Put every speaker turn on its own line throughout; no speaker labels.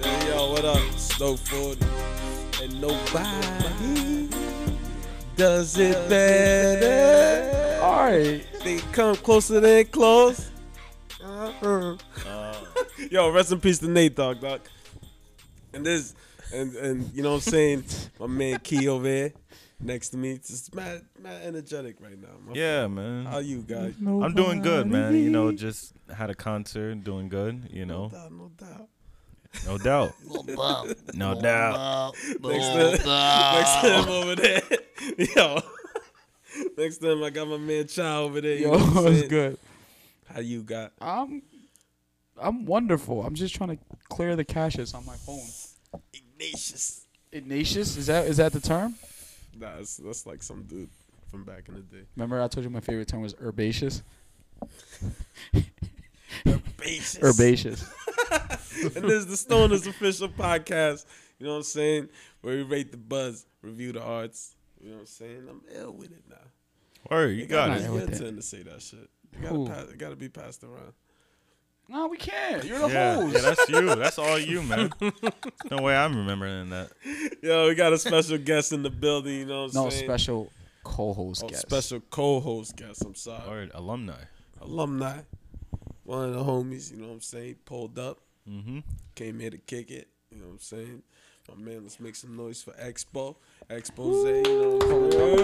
it up. Snow 40. And nobody does it better.
All right.
They come closer than close. Yo, rest in peace to Nate Dog, Doc. And this, and and you know what I'm saying. My man Key over here, next to me, just mad, mad energetic right now. My
Yeah,
f- how
man.
you guys?
I'm doing good, man. You know, just had a concert, doing good. You know,
doubt, no doubt.
no doubt, no doubt.
Next
Oh,
to, next to him over there, yo. Next to him, I got my man Chow over there. You
Yo,
know what I'm
it's
saying?
good.
How you got?
I'm I'm wonderful. I'm just trying to clear the caches on my phone.
Ignatius.
Ignatius, is that is that the term?
Nah, that's, that's like some dude from back in the day.
Remember I told you my favorite term was herbaceous?
Herbaceous.
Herbaceous.
and this is the Stoners official podcast. You know what I'm saying? Where we rate the buzz, review the arts. You know what I'm saying? I'm ill with it now.
Word, you got
It's
it.
Ill
your
with it.
turn to say that shit. You
Who?
gotta, pass, it gotta be passed around.
no, we can't. You're the
Yeah,
host.
yeah, that's you. That's all you, man. No way, I'm remembering that.
Yo, we got a special guest in the building. You know what I'm
no
saying?
special co-host
Oh,
guest.
special co-host guest. I'm sorry,
Word, alumni.
alumni, one of the homies. You know what I'm saying? Pulled up,
Mm-hmm.
came here to kick it. You know what I'm saying? My man, let's make some noise for Expo, Expose. You know what I'm saying?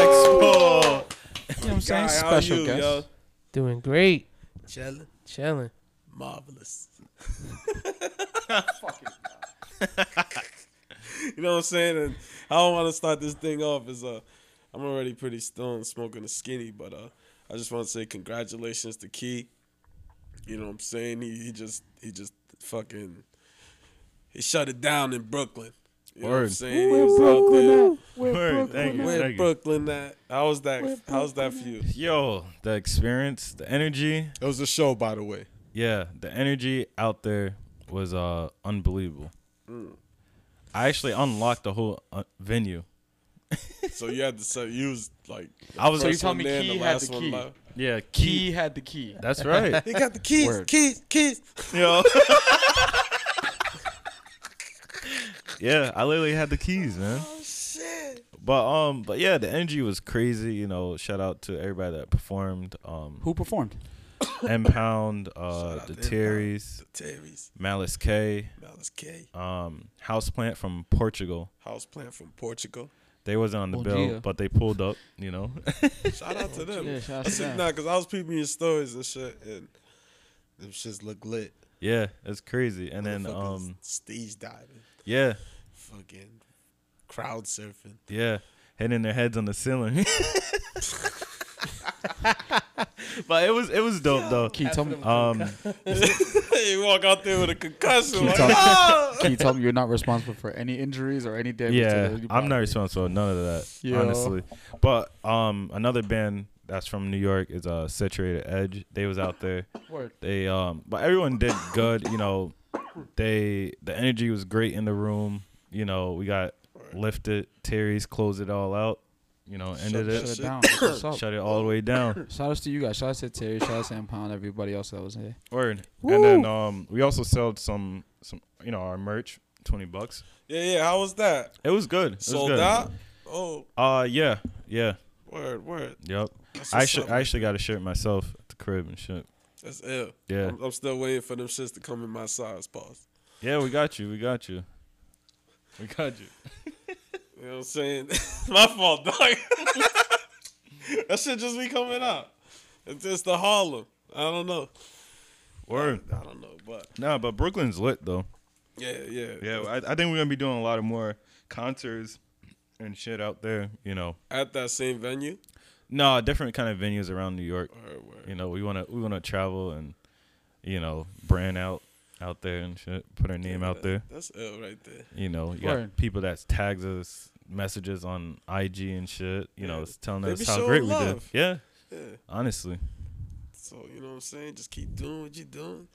Expo.
You know what I'm saying?
Guy, how
special
you,
guest.
yo?
Doing great.
Chilling.
Chilling.
Marvelous. you know what I'm saying? And how I want to start this thing off is uh, I'm already pretty stoned, smoking a skinny, but uh, I just want to say congratulations to Key. You know what I'm saying? He, he just he just fucking he shut it down in Brooklyn. You know what I'm
Word.
saying? He was out there.
Word, thank you,
Where
thank you.
Brooklyn at? How was that? How's that for you?
Yo, the experience, the energy.
It was a show, by the way.
Yeah, the energy out there was uh unbelievable. Mm. I actually unlocked the whole uh, venue.
So you had to say you was like.
I was
So you
first
telling me
one there and
Key
the
had
last
the
one
key?
left.
Yeah,
He
key.
had the key.
That's right.
They got the keys,
Word.
keys, keys.
Yo. yeah, I literally had the keys, man.
Oh shit.
But um, but yeah, the energy was crazy. You know, shout out to everybody that performed. Um,
Who performed?
M Pound, uh,
Shout out
the
to M.
Terrys,
The Terry's,
Malice K,
Malice K,
um, Houseplant from Portugal.
house plant from Portugal.
They wasn't on the
Bom
bill,
dia.
but they pulled up. You know,
Shout out to them.
Yeah, shout out
I
to
said
them.
nah, cause I was peeping your stories and shit, and them shits look lit.
yeah, it's crazy. And then
Motherfuckers
um,
stage diving,
yeah,
fucking crowd surfing.
Yeah, hitting their heads on the ceiling. but it was it was dope
Key, tell me.
though. Um,
you walk out there with a concussion. Like,
talking.
"Ah!"
Key, tell me you're not responsible for any injuries or any damage.
yeah,
to the
I'm not responsible for none of that,
Yo.
honestly. But um, another band that's from New York is uh, Saturated Edge. They was out there.
Word.
They um, but everyone did good. You know, they the energy was great in the room. You know, we got lifted. Terry's closed it all out. You know, ended
that
it,
Shut
shit.
it down. That's What's up?
shut it all the way down.
Shout outs to you guys. Shout out to Terry. Shout out to Impound. Everybody else that was here.
Word. And then um, we also sold some some you know our merch, twenty bucks.
yeah, yeah. How was that?
It was good. It was
Sold
good.
out. Oh,
Uh yeah yeah
word, word.
yep.
That's
I
what's
actually
up,
I actually got a shirt myself at the crib and shit.
That's ill.
Yeah.
I'm, I'm still waiting for them shits to come in my size, boss.
Yeah, we got you. We got you. We got you.
You know what I'm saying? My fault, dog. that shit just be coming out. It's just the Harlem. I don't know.
Word.
I don't know, but
Nah, but Brooklyn's lit though.
yeah, yeah.
Yeah, I, I think we're gonna be doing a lot of more concerts and shit out there. You know,
At that same venue.
no different kind of venues around New York.
Word, word.
You know, we wanna we wanna travel and you know brand out out there and shit. Put our name out there.
That's ill right there.
You know, you
Word.
got people that tags us messages on IG and shit. You know,
Yeah.
it's telling
They
us
be
how
showing
great we did.
love.
Yeah,
Yeah.
honestly.
So you know what I'm saying? Just keep doing what you're doing.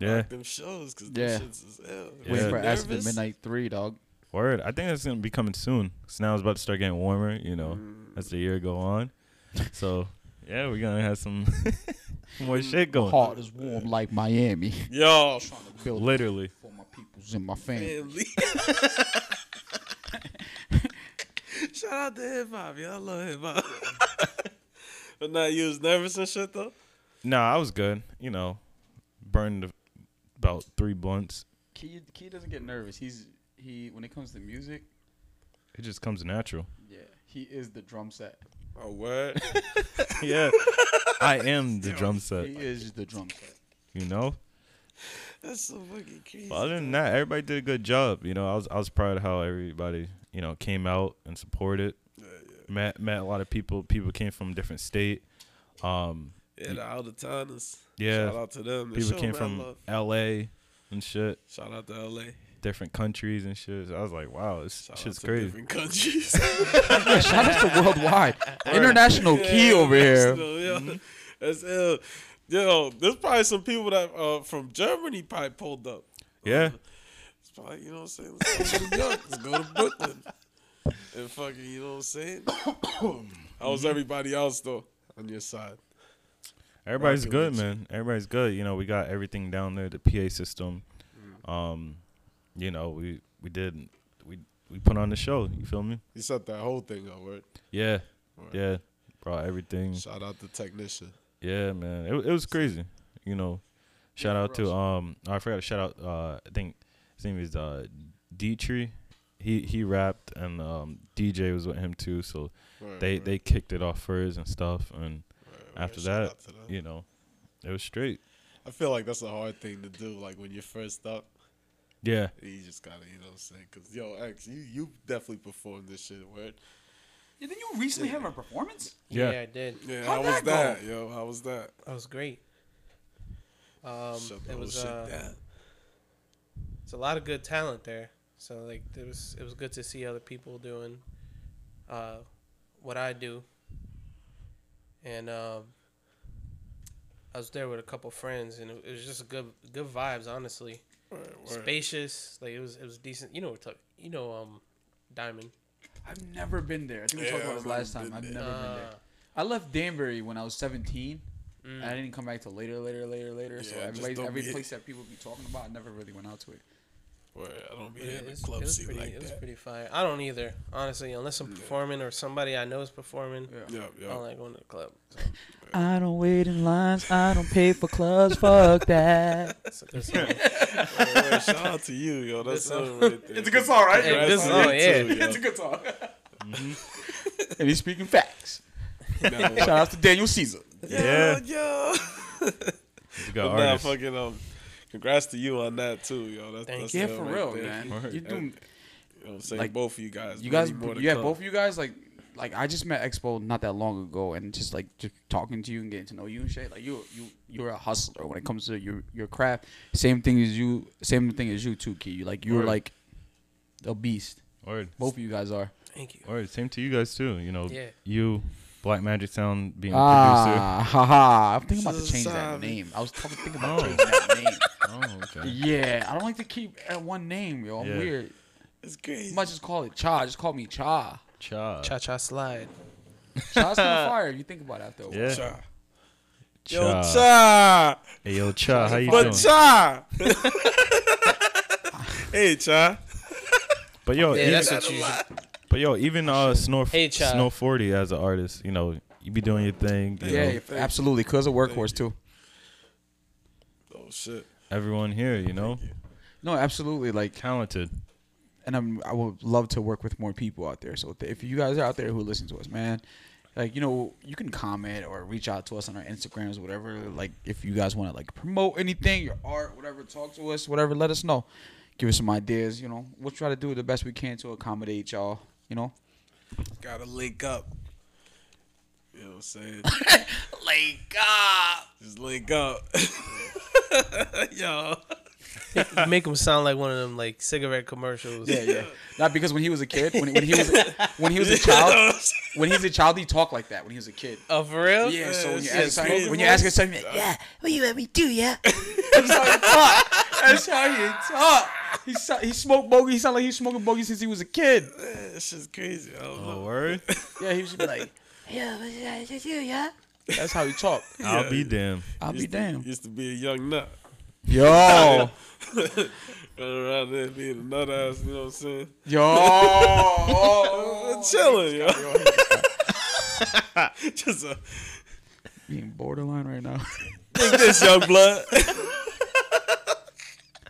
Yeah,
Rock them shows because
Yeah.
yeah. shits is ill.
Yeah.
Waiting
You
for Acid
Nervous?
at Midnight 3, dog.
word. I think that's gonna be coming soon. Cause now it's about to start getting warmer. You know, as the year go on. so yeah, we're gonna have some more shit going.
Heart is warm like Miami.
Yo,
Build
Literally.
for was in my family.
Man, Lee. Shout out to hip hop, yo. I love hip hop. but now you was nervous and shit though.
Nah, I was good. You know, burned about three blunts.
Key, Key doesn't get nervous. He's he when it comes to music,
It just comes natural.
yeah, he is the drum set.
Oh word.
Yeah, I am the drum set.
He is the drum set.
You know.
That's so fucking crazy.
But other than that, everybody did a good job. You know, I was I was proud of how everybody you know came out and supported. Met met a lot of people. People came from different state. Um,
Yeah, the out of towners.
Yeah.
Shout out to them. They
people
show
came
mad
from
love.
L.A. and shit,
Shout out to LA.
different countries and shit. So I was like, wow, this
Shout
shit's
out to
crazy.
Different countries.
Yeah, shout out to worldwide, international Key over here.
Still, yo.
Mm-hmm.
That's ill. Yo, there's probably some people that uh, from Germany probably pulled up.
Yeah.
It's probably, you know what I'm saying? Let's go to New York. Let's go to Brooklyn. And fucking, you know what I'm saying? How
Mm-hmm.
was everybody else, though, on your side?
Everybody's
Rocket
good,
Leagues.
man. Everybody's good. You know, we got everything down there, the PA system.
Mm.
Um, you know, we we did we we put on the show. You feel me?
You set that whole thing up, right?
Yeah,
Right.
yeah. Brought everything.
Shout out the technician.
Yeah, man. It wa- it was crazy. You know, shout out to um. I forgot to shout out. Uh, I think his name is uh Dietrich. He he rapped and um DJ was with him too. So
Right,
they
right,
they kicked it off first and stuff. And
right, right.
after
Shout
that,
out to them.
you know, it was straight.
I feel like that's a hard thing to do, like when you're first up.
Yeah.
You just gotta, you know what I'm saying? Because, yo, X, you, you definitely performed this shit, word.
Didn't you recently have a performance?
Yeah.
Yeah, I did.
Yeah,
How'd
how was
that go?
that, yo? How was that?
That was great. Um,
Shut the
it
whole
was
shit
uh,
down.
it's a lot of good talent there. So like it was it was good to see other people doing uh, what I do. And um, I was there with a couple friends, and it, it was just a good good vibes. Honestly,
Word, word.
spacious. Like it was it was decent. You know we're talking. You know um, Diamond.
I've never been there. I think we talked
Yeah,
about
I've
this last
never
time.
been
I've
there.
never been there.
Uh,
I left Danbury when I was 17.
mm.
And I didn't come back till later, later, later, later. so
Yeah, just
everybody's-
don't
every
be-
place that people be talking about, I never really went out to it.
Word, I don't be
Yeah,
in the
it's-
club
it was
scene
pretty,
like
it was
that.
pretty fire. I don't either, honestly, unless I'm performing or somebody I know is performing.
Yeah.
Yeah,
I don't
yeah.
like going to the club.
I don't wait in lines. I don't pay for clubs. Fuck that.
So there's some-
Word, shout out to you, yo. That's
Good
something right there.
It's a good song, right?
Hey, good
Congrats
song,
on you,
yeah.
too, yo.
It's a good song. Mm-hmm. and he's speaking facts.
Nah,
Shout out to Daniel Caesar.
Yeah, yo.
We
But
got
nah,
artists.
fucking um, congrats to you on that too, yo. That's,
Thank
that's
you.
Yeah,
it
for
right
real,
there.
man.
Word.
You're
You
doing,
know what I'm saying?
Like,
both of you guys.
you
man,
guys,
more to
you have
come.
both of you guys like, like I just met Expo not that long ago, and just like just talking to you and getting to know you and shit. Like you, you, you're a hustler when it comes to your your craft. Same thing as you, same thing as you too, Key. You like you're
Word.
like a beast.
Word.
Both of you guys are.
Thank you.
Word. Same to you guys too. You know,
Yeah.
you Black Magic Sound being a
Ah, haha. I'm thinking about to
This is
change that
Simon.
name. I was talking, thinking about
Oh.
changing that name.
producer. Oh, okay.
Yeah, I don't like to keep at one name, yo. I'm
Yeah.
weird.
It's
I
crazy.
might just call it Cha. Just call me Cha.
Cha.
Cha Cha Slide.
Cha's kind of fire if you think about it after a while.
Yeah.
Cha. Yo,
Cha.
cha.
Hey, yo, Cha. How you doing?
But cha. hey, cha.
but yo,
Yeah,
even-
that's what you should.
but yo, even
Oh,
uh, Snor
Hey, Cha.
Snow Forty as an artist, you know, you be doing your thing. You
Yeah,
know,
absolutely. Cause a workhorse too.
Oh shit.
everyone here, you know,
No, absolutely. Like,
talented.
and I'm I would love to work with more people out there. So if you guys are out there who listen to us, man, like you know, you can comment or reach out to us on our Instagrams, whatever. Like if you guys want to like promote anything, your art, whatever, talk to us, whatever. Let us know. Give us some ideas. You know, we'll try to do the best we can to accommodate y'all. You know,
Gotta link up. You know what I'm saying?
like ah,
Just link up. Yo.
You make him sound like one of them like cigarette commercials.
yeah, yeah. Not because when he was a kid, when, when he was when he was a child, when he was a child, he talked like that. When he was a kid.
Oh, for real?
Yeah, so when
it's
you ask
just
yourself,
crazy.
when you ask yourself, you're like, yeah,
What you let me do, yeah?
that's how he talk. That's how he talk. He so- he smoked bogey. He sounded like he was smoking bogey since he was a kid.
It's just crazy. I don't know.
Oh, word.
Yeah, he used to be like,
Yeah, what you let me do, yeah?
that's how he talk.
I'll be damned.
I'll be
Used to-
damned.
Used to be a young nut.
Yo,
running around there being a nut ass. You know what I'm saying?
Yo, oh,
chilling, yo. Just a,
being borderline right now.
take this, young blood.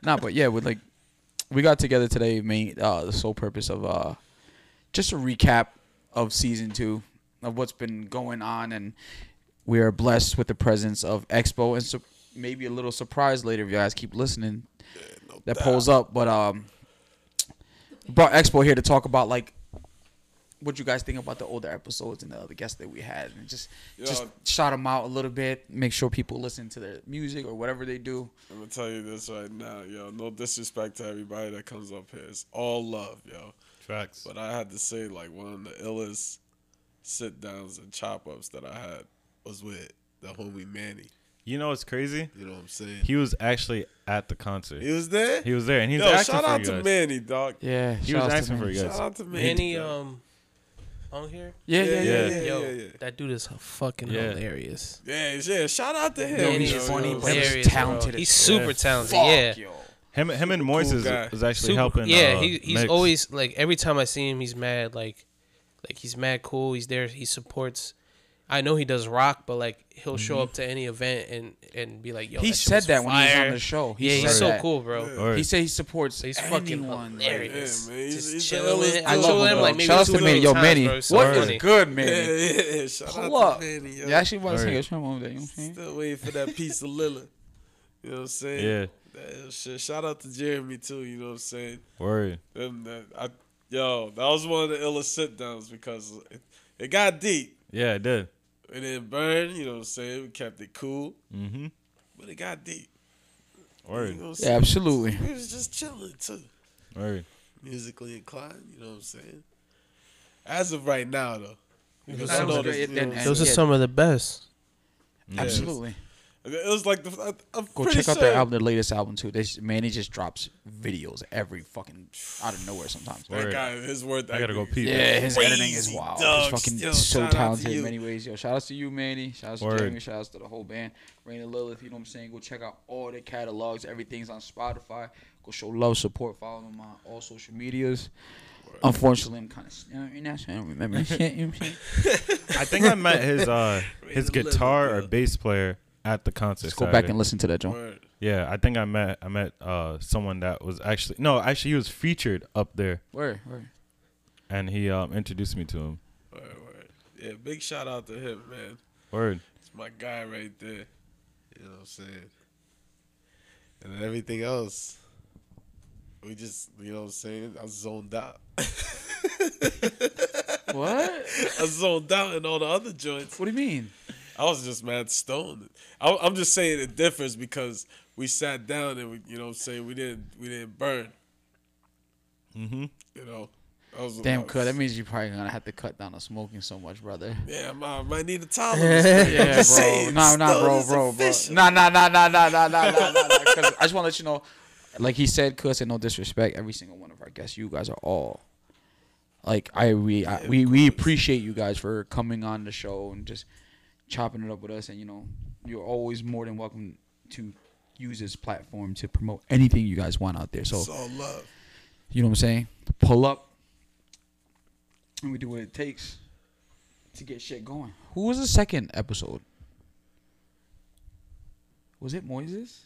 nah, but yeah, with like we got together today, mate. Uh, the sole purpose of uh, just a recap of season two of what's been going on, and we are blessed with the presence of Expo and so maybe a little surprise later if you guys keep listening. that pulls up, but um, we brought Expo here to talk about like what you guys think about the older episodes and the other guests that we had, and just just
Yo.
shout them out a little bit, make sure people listen to their music or whatever they do.
I'm gonna tell you this right now, yo. No disrespect to everybody that comes up here. It's all love, yo.
Facts.
But I had to say, like, one of the illest sit downs and chop ups that I had was with the homie Manny.
You know what's crazy?
You know what I'm saying? He,
He was actually at the concert.
was there.
He was there, and he was
yo,
acting
shout
for
out
you
to
guys.
Manny, dog.
Yeah,
He was asking for you guys.
Shout out to Manny.
Manny,
dog.
um, on here.
Yeah,
yeah,
yeah,
yeah,
yeah.
yeah,
Yo,
yeah, yeah.
that dude is fucking
Yeah.
hilarious.
Yeah, yeah. Shout out to him.
Yo,
No, he's
yo,
he's
funny,
yo.
but he's
hilarious,
talented. as
He's
fuck.
super talented.
Fuck,
yeah.
yo.
Him, him, and
Super
Moises
cool
is-
guy.
was actually
Super-
helping.
Yeah,
uh,
he, he's
Mix.
always like every time I see him, he's mad. Like, like he's mad cool. He's there. He supports. I know he does rock, but like he'll show up to any event and and be like, "Yo,
He
that shit
said
was
that when he was on
fire.
the show. He
yeah,
said
he's so
that.
cool, bro.
Or-
He said he supports
He's fucking
anyone.
Yeah, man.
hilarious.
He's,
Just
he's
chilling
the illest
with him.
I
dude,
Shout
love
out
him.
to
dog.
Like,
him, like,
Shout out
maybe
to
two
Manny. Yo,
or three
Manny,
times, bro. It's so
what is
funny.
good,
Yeah,
Manny?
yeah. Shout
Pull
out
up.
to Manny, yo.
Yeah, actually want to
Alright.
sing a song over there. You know what I'm saying?
Still waiting for that piece of Lilla. You know what I'm saying?
Yeah.
That shit. Shout out to Jeremy too. You know what I'm saying?
Word.
Them- that- I, yo, that was one of the illest sit downs because it, it got deep.
Yeah, it did.
It didn't burn. You know what I'm saying? We kept it cool,
Mm-hmm.
but it got deep. You know
Word.
what I'm
Yeah,
saying?
absolutely.
We was just chilling too,
Word.
musically inclined. You know what I'm saying? As of right now, though. Because
That
I
was
know
great,
this-
it
you know
didn't
what I'm
end.
Those
Those
are
are Yeah.
some of the best.
Absolutely.
It was like the. I, I'm
Go
pretty
check out
sure-
their album, their latest album too. They Manny just drops videos every fucking out of nowhere sometimes.
That
Word.
guy, his word.
I gotta go pee.
Yeah, his
Crazy
editing is wild.
dog.
He's fucking
Yo,
so
shout out to
talented
you.
in many ways. Yo, shout outs to you, Manny. Shout outs to
Word.
Jeremy. Shout outs to the whole band. Raina Lilith, you know what I'm saying? Go check out all the catalogs. Everything's on Spotify. Go show love, support, follow them on all social medias. Unfortunately, I'm kind of, you know, what I'm saying? I don't remember shit. You know what I'm saying?
I think I met his uh his
Rated a little
guitar or
bit.
bass player at the concert.
Just go
Saturday.
back and listen to that, John.
Word.
Yeah, I think I met I met uh someone that was actually no, actually he was featured up there,
Word, word.
and he um introduced me to him.
Word, word. Yeah, big shout out to him, man.
Word.
It's my guy right there. You know what I'm saying? And then everything else, we just, you know what I'm saying? I zoned out.
What?
I zoned out in all the other joints.
What do you mean?
I was just mad stoned. I, I'm just saying it differs because we sat down and we, you know what I'm saying? We didn't, we didn't burn.
Mm-hmm.
You know, I was I
Damn,
was-
cut. That means you're probably gonna have to cut down on smoking so much, brother.
Yeah, I might, I might need a tolerance. I'm
Yeah,
just
bro.
saying,
Nah, nah,
stoned
bro,
is
bro, bro.
official.
Nah, nah, nah, nah, nah, nah, nah, nah, nah. Because I just want to let you know, like he said, cuz and no disrespect, every single one of our guests, you guys are all. Like I we I, we we appreciate you guys for coming on the show and just chopping it up with us, and you know you're always more than welcome to use this platform to promote anything you guys want out there. So
It's all love.
you know what I'm saying? Pull up, and we do what it takes to get shit going. Who was the second episode? Was it Moises?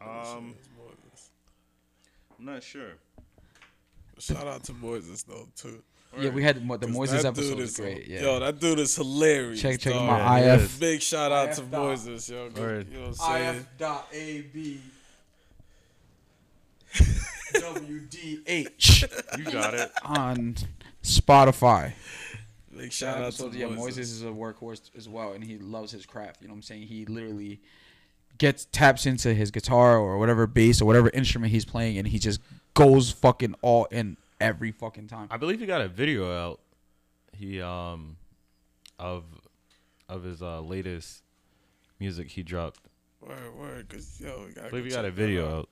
Um, I'm not sure.
Shout out to Moises though too.
Yeah, we had Mo- the
'Cause
Moises
that
episode.
dude
Was
is-
great. Yeah.
Yo, that dude is hilarious.
check check
dog.
my
Yeah, he
IF.
Big shout out to
IF dot.
Moises, yo. Go-
Word.
You know what I'm saying?
dot A B. W D H
You got it.
on Spotify.
Big shout out to
episodes, yeah, Moises
Moises.
is a workhorse as well, and he loves his craft. You know what I'm saying? He literally gets taps into his guitar or whatever bass or whatever instrument he's playing, and he just goes fucking all in every fucking time.
I believe he got a video out. He um, of of his uh latest music he dropped.
Word, word, cause yo, we gotta
I believe
go
he got a
check that
video
out.
out.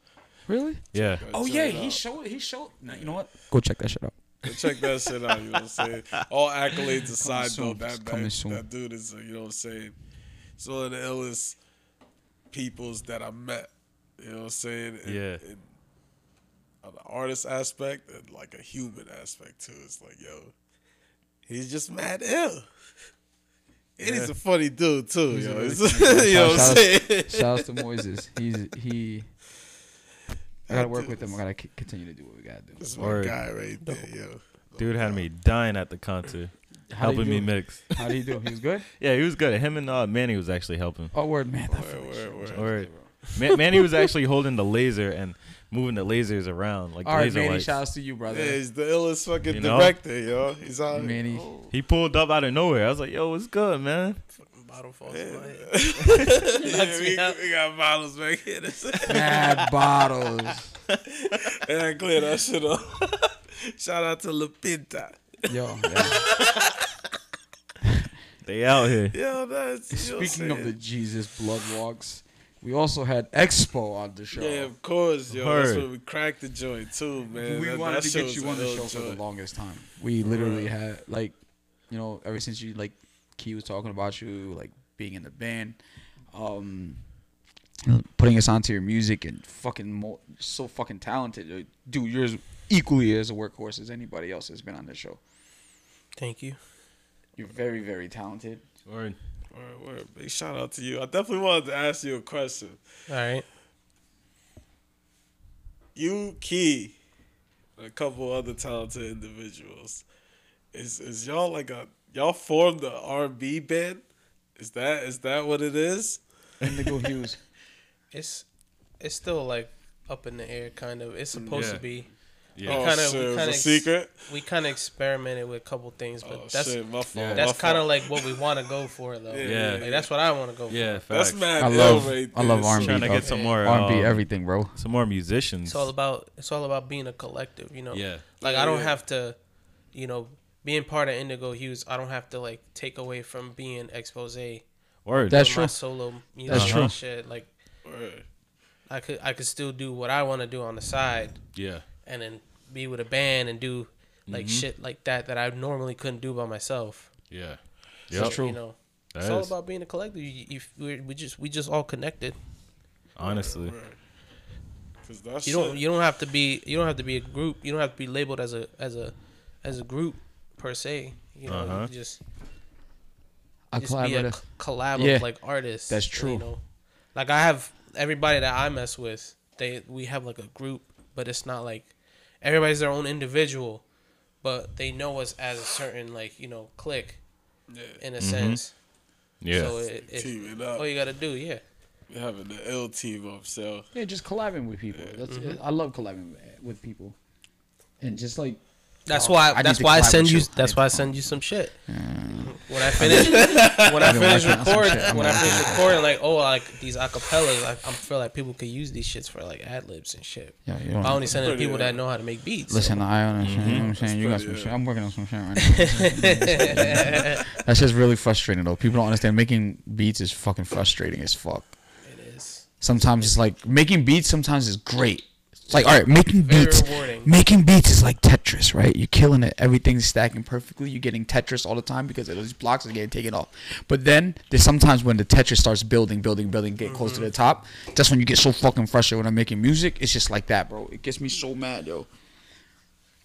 Really?
Yeah.
Go
Oh
check
yeah,
it
he
out.
showed. He showed. Nah, you know what? Go check that shit out.
Go check that shit out. You know what I'm saying? All accolades aside,
soon.
though, that,
It's coming
that,
soon.
that dude is, uh, you know what I'm saying? He's one of the illest peoples that I met. You know what I'm saying? And-
Yeah.
and of the artist aspect and like a human aspect too. It's like, yo, he's just mad ill. And he's a funny dude too, yo. It's- you know what I'm saying?
Shout out to Moises. He's he. I gotta work
Dude,
with him. I gotta c- continue to do what we gotta do.
This my
Word.
guy right there, yo.
Dude had me dying at the concert,
How do you
helping me
do?
mix.
How do you do? He was good.
Yeah, he was good. Him and uh, Manny was actually helping.
Oh word, man. That
Word,
fucking
word,
shit.
word.
Or Man- Manny was actually holding the laser and moving the lasers around like
All right,
laser
Manny.
lights.
Shout out to you, brother.
Yeah, he's the illest fucking
You know?
director, yo. He's out.
Manny.
Oh.
He pulled up out of nowhere. I was like, "Yo, what's good, man?"
Fucking bottle falls
Yeah.
in my head.
Yeah, we,
out.
we got bottles back here. That's
Mad bottles.
And I cleared that shit up. Shout out to La Pinta.
Yo. yeah.
They out here.
Yo, that's you know what I'm
Speaking of the
saying?
Jesus blood walks, we also had Expo on the show.
yeah, of course, yo. That's
Word.
when we cracked the joint too, man.
we
that,
wanted
that
to
shit
get
was
you
a
on the
ill
show for the
joint.
longest time. We literally had like, you know, ever since you like Key was talking about you like being in the band, um, putting us onto your music and fucking mo- so fucking talented, dude. You're as equally as a workhorse as anybody else that's been on this show.
Thank you.
You're very very talented.
Or
Word, word. Big shout out to you. I definitely wanted to ask you a question.
All right.
You, Key, and a couple other talented individuals. Is is y'all like a y'all formed the R and B band? Is that is that what it is?
Indigo Hughes.
It's it's still like up in the air, kind of. It's supposed
Yeah.
to be.
Yeah.
Oh
kinda- we
shit, it was
kinda
a
ex-
secret.
We kind of experimented with a couple things, but
Oh
that's
shit, my fault.
that's kind of like what we want to go for, though.
Yeah.
Like, that's what I want to go for.
yeah,
That's
facts.
mad.
I
ill
love
right
I love
there.
R&B.
Trying to
dog.
get some more
R&B
um,
everything, bro.
some more musicians.
It's all about it's all about being a collective, you know.
yeah,
Like
Yeah,
I don't
yeah.
have to, you know, being part of Indigo Hughes. I don't have to like take away from being expose.
word.
That's
with
true.
My solo music
That's true.
and shit. Like
Word.
I could I could still do what I want to do on the side,
yeah,
and then be with a band and do like
Mm-hmm.
shit like that that I normally couldn't do by myself.
yeah.
So,
Yep,
You know,
that
it's all
is.
about being a collective. You, you, we're, we just we just all connected.
honestly.
Cause that
You don't
shit-
you don't have to be you don't have to be a group. You don't have to be labeled as a as a as a group per se. You know,
Uh-huh.
you just
I
just be a
collaborative.
c- collab
Yeah,
of like artists.
that's true.
You know? Like I have everybody that I mess with. They we have like a group, but it's not like everybody's their own individual, but they know us as a certain like you know clique
Yeah.
in a sense.
Mm-hmm. Yeah,
So it, it,
Teaming up,
all you gotta do, yeah.
having the L team up, so
Yeah, just collabing with people. That's I love collabing eh, with people, and just like
That's
Oh,
why.
I need
that's
to
why I
collab
send
with
you.
you. Mm. I
That's
need
why I
to-
send you some shit. When I finish, when I
I've been
finish
working on some
recording,
shit. I'm
when I
gonna
finish recording, like oh, like these acapellas, like I feel like people could use these shits for like ad libs and shit.
Yeah, you
But
don't-
I only send it to
Pretty,
people
yeah.
that know how to Mm-hmm. make beats.
Listen, I understand. You know what I'm saying? You got
pretty,
some
yeah.
shit. I'm working on some shit right now. That's just really frustrating, though. People don't understand. Making beats is fucking frustrating as fuck.
It is.
Sometimes it's like making beats. Sometimes is great. It's like all right, making
Very
beats.
rewarding.
Making beats is like Tetris, right? You're killing it. Everything's stacking perfectly. You're getting Tetris all the time because those blocks are getting taken off. But then there's sometimes when the Tetris starts building, building, building, get close to the top. That's when you get so fucking frustrated when I'm making music. It's just like that, bro. It gets me so mad, yo.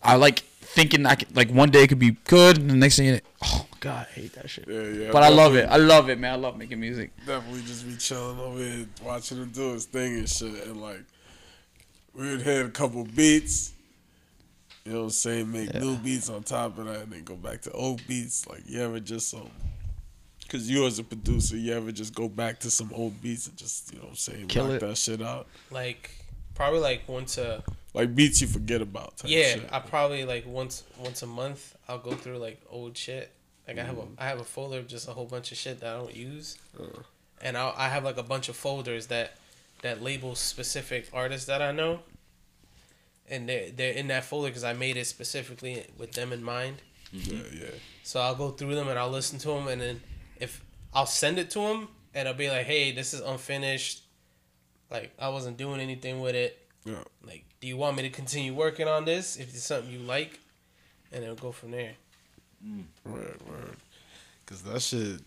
I like thinking I could, like one day it could be good, and the next thing, you know, oh my god, I hate that shit.
Yeah, yeah,
but I love it. I love it, man. I love making music.
definitely just be chilling over here, watching him do his thing and shit, and like we would hit a couple beats. You know what I'm saying? Make new beats on top of that, and then go back to old beats. Like you ever just so, cause you as a producer, you ever just go back to some old beats and just you know what I'm saying,
Kill
rock
it.
that shit out.
Like probably like once a
Like beats you forget about. Type
yeah.
shit.
I probably like once once a month I'll go through like old shit. Like I have
Mm.
a I have a folder of just a whole bunch of shit that I don't use,
Uh.
and I I have like a bunch of folders that that label specific artists that I know. And they're, they're in that folder because I made it specifically with them in mind.
yeah, yeah.
So I'll go through them and I'll listen to them, and then if I'll send it to them, and I'll be like, "Hey, this is unfinished. Like I wasn't doing anything with it.
Yeah.
Like, do you want me to continue working on this? If it's something you like, and it'll go from there."
Word, word. Cause that shit,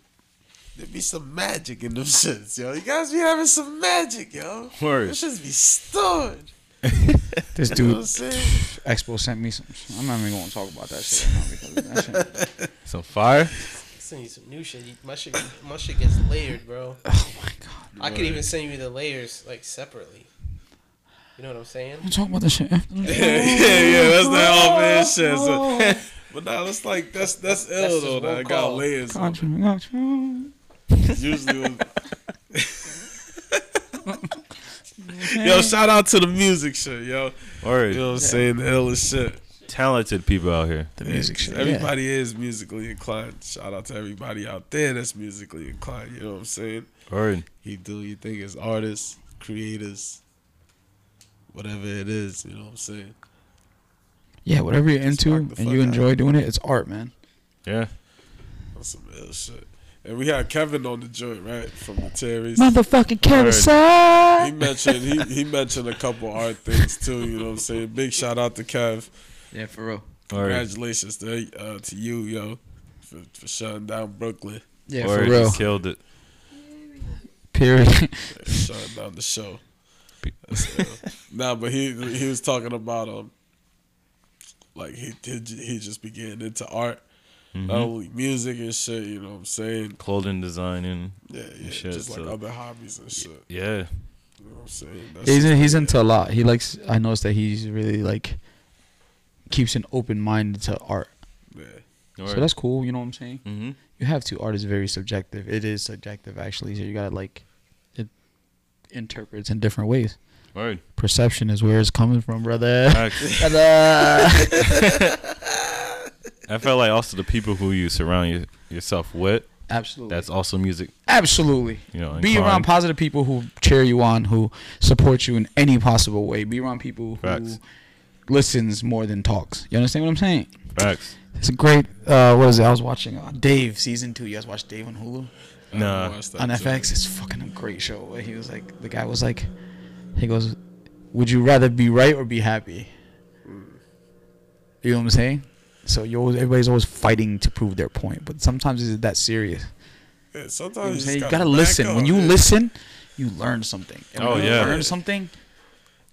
there be some magic in them shits, yo. You guys be having some magic, yo.
Word.
Them shits be stored.
This
You know what
dude
I'm saying?
Expo sent me some. I'm not even going to talk about that shit. Right now because of that shit.
Some fire.
Send you some new shit. You- My shit, my shit gets layered, bro.
Oh my god!
I could even send you the layers like separately. You know what I'm saying?
I'm talking about this shit. after this.
yeah, yeah, that's that all man shit. So, but now that's like that's that's ill
just
though.
one
That it got
call.
layers. on
Gotcha, gotcha.
it. Usually. when- yo, shout out to the music shit, yo.
All right,
You know what I'm saying? The illest shit.
talented people out here.
The music shit. Yeah.
Everybody is musically inclined. Shout out to everybody out there that's musically inclined. You know what I'm saying?
All right,
You do your thing as artists, creators, whatever it is. You know what I'm saying?
yeah, whatever you're into
Knock the
and
fuck
you
out.
enjoy doing it, it's art, man.
yeah.
That's some ill shit. And we had Kevin on the joint, right? From the Terry's.
Motherfucking
He
carousel.
mentioned he, he mentioned a couple art things too. You know what I'm saying? Big shout out to Kev.
Yeah, for real.
All right,
Congratulations to uh, to you, yo, for, for shutting down Brooklyn,
Yeah,
all
for
right.
real.
Killed it.
Period.
and shutting down the show. That's, uh, nah, but he he was talking about um, like he he, j- he just began into art,
Mm-hmm.
not only music and shit. You know what I'm saying?
Clothing design and
Yeah, yeah,
Shit,
just like
so-
other hobbies and shit.
yeah.
You know what I'm saying? That's
he's
just-
he's into a lot. He likes. I noticed that he's really like keeps an open mind to art.
yeah.
All
So that's cool. You know what I'm saying?
mm-hmm.
You have to. Art is very subjective. It is subjective actually. So you gotta like it interprets in different ways.
All right.
Perception is where it's coming from, brother.
Facts.
uh,
I felt like also the people who you surround your, yourself with.
Absolutely.
That's also music.
Absolutely.
You know,
Be around
inclined.
positive people who cheer you on, who support you in any possible way. Be around people who
Facts.
listens more than talks. You understand what I'm saying?
Facts.
It's a great. Uh, what is it? I was watching uh, Dave season two. You guys watched Dave on Hulu
I
Nah.
watched that
on
joint.
FX. It's fucking a great show. Where he was like, the guy was like, he goes, "Would you rather be right or be happy?" You know what I'm saying? So you always, everybody's always fighting to prove their point, but sometimes it's that serious.
Yeah,
You, know what I'm
sometimes
saying?
you,
You
just
gotta
back
listen. When
up,
you
yeah.
listen, you learn something. And
Oh,
when you
yeah.
learn something.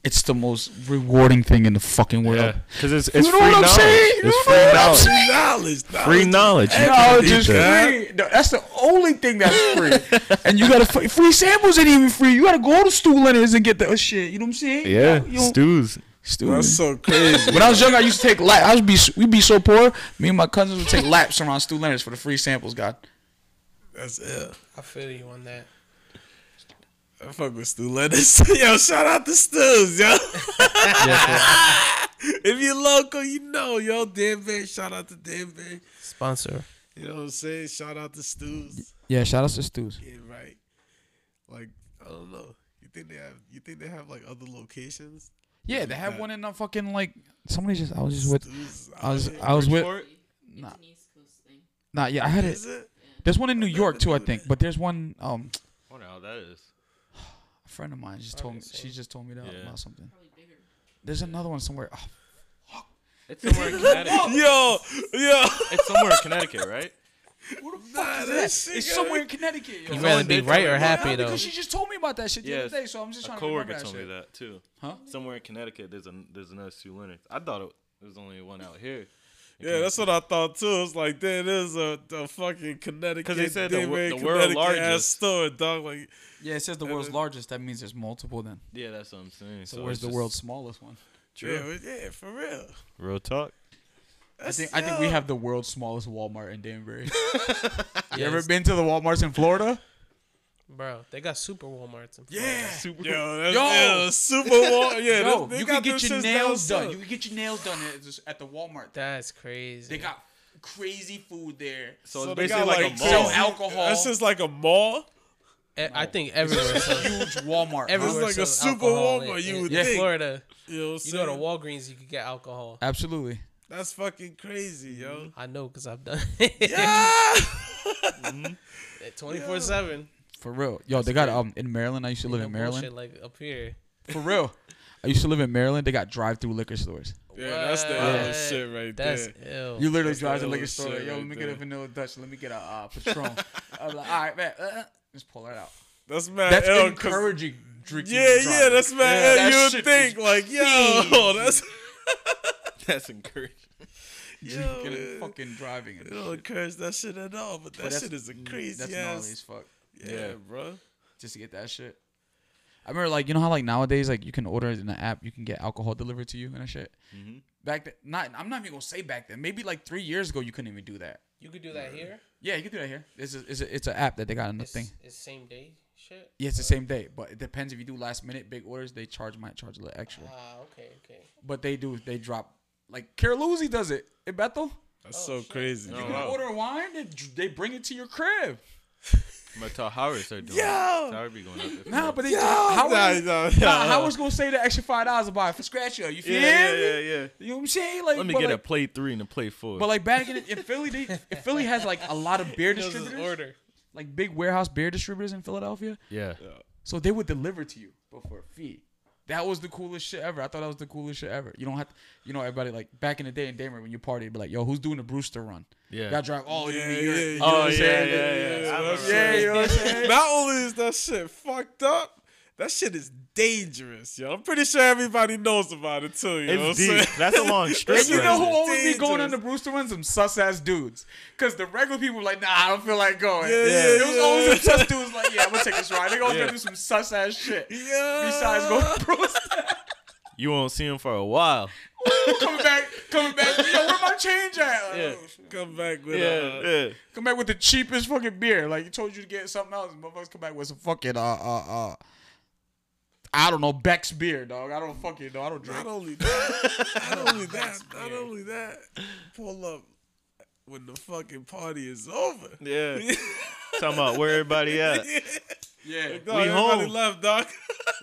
It's the most rewarding thing in the fucking world.
Yeah. Because it's, it's
You
free
know what I'm
knowledge.
saying? You
It's
know what
free
I'm
knowledge.
Free knowledge,
Free knowledge. You
No,
can't beat
just
that.
free. No, that's the only thing that's free. and you gotta free, free samples ain't even free. You gotta go to Stu Leonard's and get that shit. You know what I'm saying?
Yeah.
You know,
Stews.
Stu.
That's so crazy.
When I was young, I used to take laps. I would be we'd be so poor. Me and my cousins would take laps around Stu Leonard's for the free samples. God,
That's ill.
I feel you on that.
I fuck with Stu Lettuce. yo, shout out to Stu's, yo. if you're local, you know, yo, Dan Bay. Shout out to Dan Bay.
Sponsor.
You know what I'm saying? Shout out to Stu's.
yeah. Shout out to Stu's.
Yeah, right. Like, I don't know. You think they have? You think they have like other locations?
Yeah, they have one in a fucking like somebody just. I was just with.
Stu's.
I was
out here.
I was with.
It's an East Coast thing.
Nah, yeah, I had it.
Is it?
There's one in New York too, I think. But there's one. Um,
Oh, no, that is.
a friend of mine just told me. She just told me that
Yeah.
about something.
Probably bigger.
There's another one somewhere. Oh,
It's somewhere in Connecticut.
Yo, yo.
It's somewhere in Connecticut, right?
Nah, that shit
It's
got-
somewhere in Connecticut. yo.
You rather be right or
Yeah,
happy though?
because she just told me about that shit the
Yeah,
other day, so I'm just
A
trying to
coworker
remember that
told me
shit.
that too.
Huh?
Somewhere in Connecticut, there's an there's another Sue Leonard. I thought it, there was only one out here.
Yeah, that's what I thought too. It's like, damn, this is a, a fucking Connecticut.
'Cause they said the
damn
wor-
near
the world
Connecticut ass
largest.
store, dog. Like,
Yeah, it says the world's largest. That means there's multiple then.
Yeah, that's what I'm saying.
So where's
it's
the
just-
world's smallest one?
yeah,
True.
we- yeah, for real.
Real talk.
I
That's
think I think we
ill.
have the world's smallest Walmart in Danbury. you
Yes.
ever been to the WalMarts in Florida?
Bro, they got super Walmarts. In Florida.
Yeah,
Super-
yo, that's,
Yo.
yeah, Super Bowl. Yeah,
No,
this- they
you
got
can
them
get your
shits
nails
down
done. You
south.
can get your nails done at, just at the Walmart.
That's crazy.
They got crazy food there.
So,
So
it's
they
basically
got,
like,
like,
a mall.
Sell alcohol.
That's just like a mall.
E- I think everywhere. sells-
huge Walmart.
everywhere
like a
sells
super
alcohol
Walmart,
in-
you
in-
would
in
think.
Florida,
You know, what I'm
you go to
saying?
Walgreens, you could get alcohol.
Absolutely.
That's fucking crazy, yo.
I know because I've done it
Yeah.
twenty four seven.
For real. Yo, they got um in Maryland. I used to live in Maryland.
like up here.
For real. I used to live in Maryland. They got drive-through liquor stores.
yeah, that's the
What?
other shit right
That's
there.
ill.
You literally
Oh, That's
drive
the
to the liquor
illest
store.
shit
Yo, let
right
me get a
there.
vanilla Dutch. Let me get a uh, Patron. I'm like, all right, man. Uh, uh," just pull it out.
That's mad.
That's
ill 'cause
encouraging
drinking.
Yeah,
and
yeah,
driving.
that's man.
Yeah, that
you
shit
would think like, yo, that's
That's encouraging.
yo,
Drinking and
man.
fucking driving.
They
And
don't
shit.
encourage that shit at all, but that
But that's- mm,
shit is a crazy
That's gnarly as
ass.
fuck.
Yeah,
yeah.
bro.
Just to get that shit. I remember, like, you know how, like, nowadays, like, you can order it in the app, you can get alcohol delivered to you and that shit.
Mm-hmm.
Back then, not, I'm not even gonna say back then. Maybe like three years ago, you couldn't even do that.
You could do that here.
Yeah, you can do that here. It's a, it's a, it's an app that they got in the
It's,
thing.
it's same day shit.
Yeah, it's the same day, but it depends if you do last minute big orders. They charge might charge a little extra,
Ah, okay, okay.
but they do. They drop like Caroluzzi does it in Bethel.
That's so crazy.
Oh,
You
wow.
order wine, they, dr- they bring it to your crib.
I'm gonna tell Howard start doing.
Yo.
it. Howard be going out there.
Nah, but they
Yo,
how
nah,
was,
nah,
nah,
nah.
Howard's gonna save the extra five dollars to buy it for scratch you. You feel
yeah,
me?
yeah, yeah, yeah.
You know what I'm saying? Like,
Let me
but
get a
like,
play three and a play four.
But like back in, in Philly, they, if Philly has like a lot of beer
That was his
distributors,
order.
like big warehouse beer distributors in Philadelphia.
Yeah.
So they would deliver to you, but for a fee. That was the coolest shit ever. I thought that was the coolest shit ever. You don't have to, you know, everybody like back in the day in Denver when you partied, it'd be like, yo, who's doing the Brewster run?
Yeah.
Y'all drive all
Yeah,
the way to
yeah,
Europe.
yeah,
You know what
oh
I'm
yeah, yeah,
saying?
yeah.
Yeah,
I remember
that's it.
Yeah,
that.
you know what I'm saying?
Not only is that shit fucked up, that shit is dangerous, yo. I'm pretty sure everybody knows about it too. You know what I'm
It's deep.
saying?
That's a long strip.
And you know who
Dangerous.
always be going on the
Dangerous.
Brewster runs? Some sus ass dudes. Cause the regular people were like, nah, I don't feel like going.
Yeah, yeah,
it was
yeah.
always some sus dudes like, yeah, I'm gonna take this ride. They always gonna do some sus ass shit.
Yeah.
Besides going to Brewster.
You won't see him for a while.
coming back, coming back, yo, where my change at? Like,
Yeah.
oh, shit.
Come back with
Yeah,
uh,
yeah.
Come back with the cheapest fucking beer. Like you told you to get something else, and motherfuckers come back with some fucking uh uh uh. I don't know Beck's beer, dog. I don't fucking know. I don't drink.
Not only that, not only that, not only that, pull up when the fucking party is over.
Yeah. Talking about where everybody at.
Yeah,
Dog, everybody
home.
left, dog.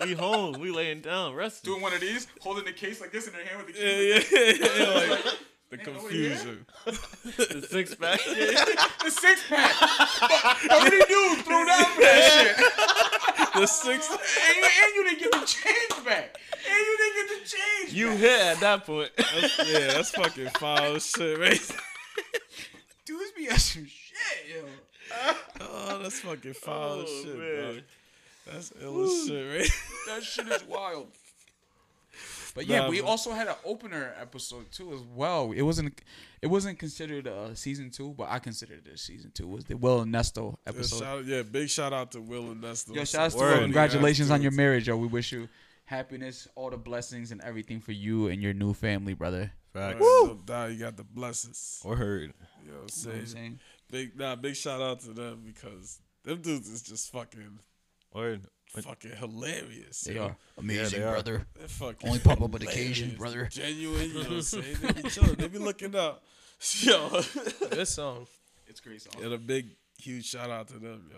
We home. We laying down, resting.
doing one of these, holding the case like this in their hand with the
yeah,
key.
yeah, yeah, like, the
nobody here?
confusion.
The six pack.
The six pack. How many dudes threw down for that shit?
The six.
And, and you didn't get the change back. And you didn't get the change.
You hit at that point.
Yeah, that's fucking foul shit, right?
Dudes be on some shit, yo.
Oh, that's fucking foul
Oh,
shit,
man.
dog. That's ill as shit, right?
That shit is wild. But yeah,
Nah,
we
but-
also had an opener episode too as well. It wasn't it wasn't considered uh, season two, but I considered it season two. It was the Will and Nesto
Yeah,
episode?
shout- yeah, big shout out to Will and Nestor.
yo, shout out to Will. Congratulations on your marriage, yo. We wish you happiness, all the blessings, and everything for you and your new family, brother.
Facts.
Don't die, you got the blessings.
Or
You know
heard.
what I'm
You know what
saying?
I'm saying?
Big nah, big shout out to them because them dudes is just fucking
Or
fucking hilarious.
They
yo.
are amazing,
they are.
brother.
They're fucking
Only pop up on occasion,
hilarious,
brother.
Genuine, you know what I'm saying? They be chilling, they be looking up. Yo.
Good song.
It's great. Song.
and a big huge shout out to them, yo.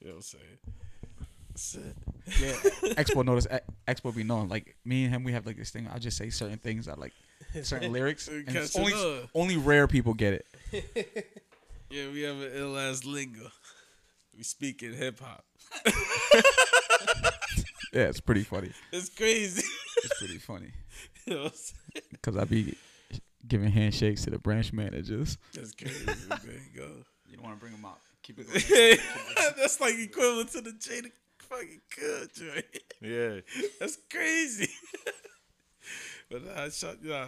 You know what I'm saying? That's it.
Expo notice Ex- Expo be knowing. Like me and him, we have like this thing. I just say certain things. I like certain lyrics. And it's
Catch
only
it up.
only rare people get it.
Yeah, we have an ill ass lingo. We speak in hip hop.
Yeah, it's pretty funny.
It's crazy.
It's pretty funny
you know what I'm saying?
because I be giving handshakes to the branch managers.
That's crazy. there you go.
You don't want to bring them up. Keep it
That's like equivalent to the Jada fucking good, right?
Yeah.
That's crazy. but nah, shout, nah,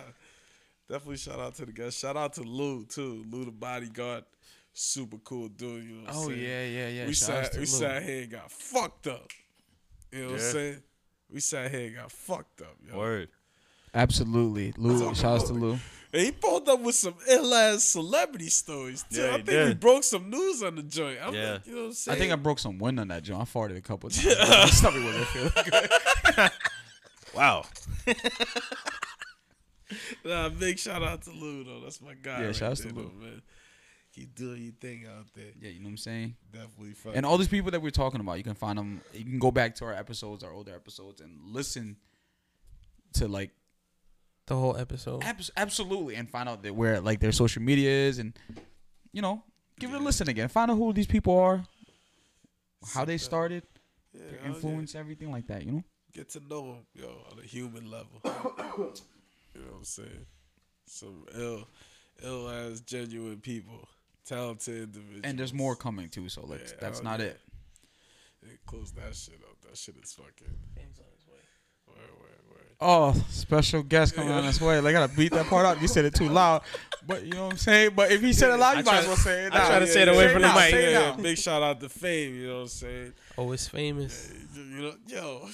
definitely shout out to the guys. Shout out to Lou too. Lou the bodyguard, super cool dude. You know what I'm
Oh
saying?
yeah, yeah, yeah.
we
Shout outs
sat
to
we
Lou.
sat here and got fucked up. You know what I'm
Yeah.
saying? We sat here and got fucked up. Yo.
Word.
Absolutely, Lou. Shout outs to Lou.
And he pulled up with some ill ass celebrity stories too.
Yeah,
I
he
think he
did.
broke some news on the joint. I'm
Yeah.
like, you know what I'm saying?
I think I broke some wind on that joint. I farted a couple times. My stomach wasn't feeling good.
Wow.
Nah, big shout out to Lou though. That's my guy.
Yeah,
right
shout out
there,
to Lou.
though, man. Keep doing your thing out there.
Yeah, you know what I'm saying.
Definitely fun.
And all these people that we're talking about, you can find them. You can go back to our episodes, our older episodes, and listen to like
The whole episode.
abs- absolutely, and find out that where like their social media is, and you know, give it a listen again. Find out who these people are, how they started, their influence, everything like that. You know,
Get to know him, yo, on a human level. you know what I'm saying? Some ill, ill ass genuine people, talented individuals.
and there's more coming too. So let's
Yeah,
that's
oh,
not
yeah.
it.
Close that shit up. That shit is fucking.
Fame's on his way.
Word, word, word.
Oh, special guest coming on this way. Like, I gotta beat that part up. You said it too loud, but you know what I'm saying. But if you said it loud, you
I
might
try-
as well say it.
I
now.
try to say it away
Say
from the
now,
mic.
say it
Yeah,
now.
big shout out to Fame. You know what I'm saying?
Oh, it's famous.
You know, yo,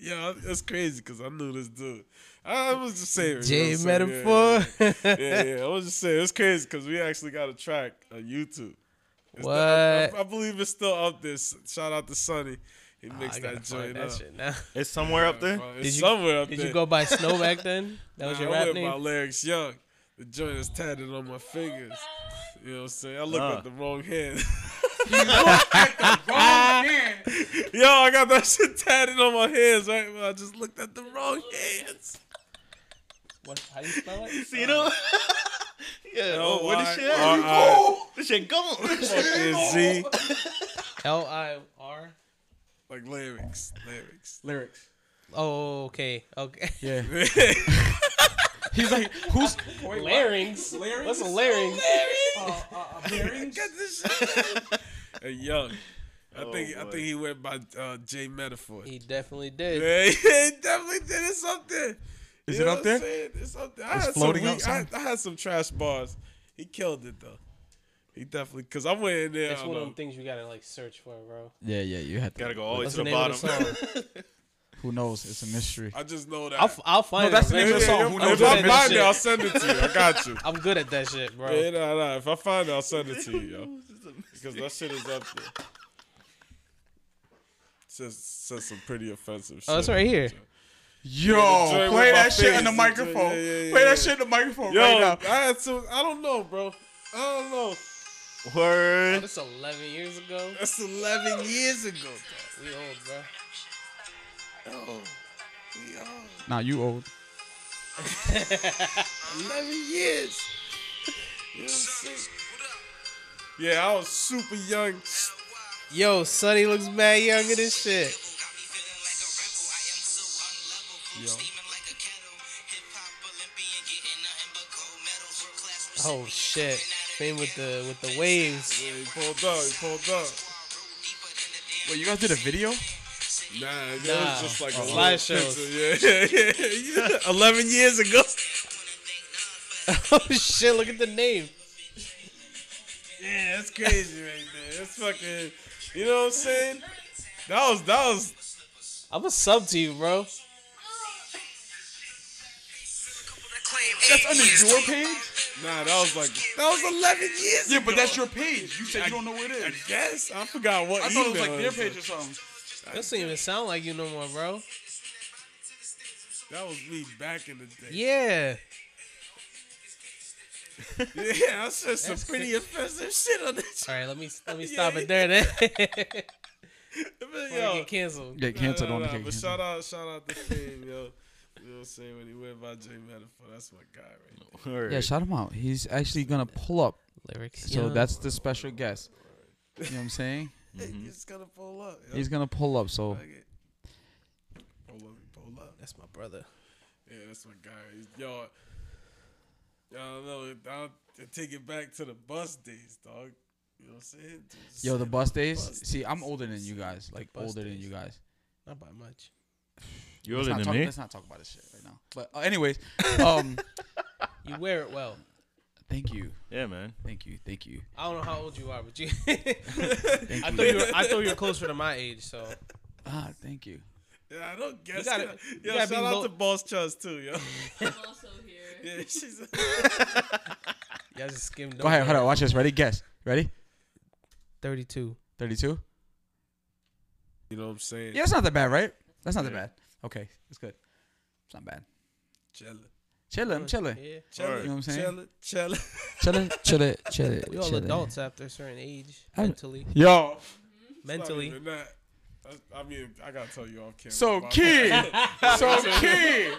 yo, that's crazy because I knew this dude. I was just saying. you
J
know what I'm saying? Yeah, yeah,
metaphor.
yeah, yeah. I was just saying, it's crazy because we actually got a track on YouTube. It's
What?
not- I, I believe it's still up there. S- Shout out to Sonny. He mixed
I gotta
that joint
find that
up.
shit now.
It's somewhere up there.
Bro, It's
Did you-
somewhere up
Did
there.
you go by Snow back then? That was
Nah,
your
I went
rap
by
name.
Lyrics Young. The joint is tatted on my fingers. You know what I'm saying? I looked
Nah.
at the wrong hand.
Wrong hand.
Yo, I got that shit tatted on my hands, right? But I just looked at the wrong hands.
What? How you spell it?
See them? yeah. Oh, what is shit? at?
R-I-
This shit gone.
fucking Z.
L I R.
Like lyrics. Lyrics.
Lyrics.
Oh, okay, okay.
Yeah. He's like, who's
larynx. What's a larynx?
got this shit. and Young. I
Oh,
think I
boy.
think he went by uh, J Metaphor.
He definitely did.
Yeah, he definitely did it something.
Is
You
it
know
up
what
there?
I'm saying? It's up there. I
It's
had
floating
some
up
weak, I, I had some trash bars. He killed it though. He definitely because I went in there.
It's
I
one of them
know,
things you gotta like search for, bro.
Yeah, yeah. You have to.
Gotta go all the way
What's
to the
the name of the
bottom.
song?
Who knows? It's a mystery.
I just know that.
I'll, f- I'll find
No,
it.
that's the
I'm
name of the
good-
song.
Yeah,
Who
yeah,
knows
If I
that
find
shit?
it, I'll send it to you. I got you.
I'm good at that shit, bro.
Yeah, nah, nah. If I find it, I'll send it to you, yo. Because that shit is up there. Says says some pretty offensive shit.
Oh, it's right here.
Yeah,
Yo,
Dre
play
with my
that shit in the
fingers.
microphone.
Yeah, yeah, yeah,
Play
yeah.
that shit in the microphone
Yo,
right
I
now.
had some. I don't know, bro. I don't know.
Oh,
Word.
that's 11 years ago.
That's eleven years ago. Though.
We old, bro.
Nah, you old.
Eleven years. You know what I'm saying? Yeah, I was super young.
Yo, Sonny looks mad younger than shit. Oh shit! Same with the with the waves.
Yeah, he pulled up. He pulled up.
Wait, you guys did a video?
Nah, that
Nah,
was just like
a
a little
slideshow.
picture. Yeah, yeah, yeah. Eleven years ago.
oh shit! Look at the name.
Yeah, that's crazy right there. That's fucking. You know what I'm saying? That was that was
I'm a sub to you, bro.
That's under your page?
nah. That was like that was eleven years.
Yeah,
ago.
but that's your page. You said you don't know where it
I
is.
guess I forgot what.
I thought it was like
email
their
was.
page or something.
This doesn't even sound like you no more, bro.
That was me back in the day.
Yeah.
Yeah, I said some pretty offensive shit on this.
All right, let me let me
Yeah,
stop it there then. Before
Yo,
we get canceled.
Get canceled
nah,
on
nah,
the
nah, But
case.
shout out, shout out to Fame, yo. You know what I'm saying? When he went by J Metaphor, that's my guy right there.
Yeah,
Word.
shout him out. He's actually gonna pull up.
Lyrics.
So
yeah.
that's the special guest. You know what I'm saying?
He's gonna pull up. Yo.
He's gonna pull up. So
Fuck it. Pull up, pull up.
that's my brother.
Yeah, that's my guy. He's- Yo, I don't know. I'll take it back to the bus days, dog. You know what I'm saying? Just
yo, the
saying,
bus days.
bus
See, I'm older than you guys. Like
Bus
older than
days.
you guys.
Not by much.
You
Let's
older
not,
than
talk,
me?
let's not talk about this shit right now. But uh, anyways, um,
You wear it well.
thank you,
Yeah, man.
thank you, thank you.
I don't know how old you are, but you. I
Thank
thought you
you.
were, I thought you were closer to my age, so
Ah, thank you.
Yeah, I don't guess.
gotta-
that.
you
yo,
gotta
shout
be
out
low-
to Boss Chuz too, yo.
I'm also here.
yeah, she's.
y'all just skimmed.
Go ahead, hold on, watch this. Ready? Guess. Ready?
Thirty-two.
Thirty-two.
You know what I'm saying?
Yeah, that's not that bad, right? That's not that bad. Okay, that's good. It's not bad.
Chillin',
Chillin', I'm chilling.
Yeah.
chillin',
You know what I'm saying?
chillin', chillin'.
Chillin', chillin', chillin'.
We all
chillin'.
adults after a certain age,
I-
mentally.
Yo,
mentally.
Not even that. I, I mean, I gotta tell you off camera.
so
but-
key, so key.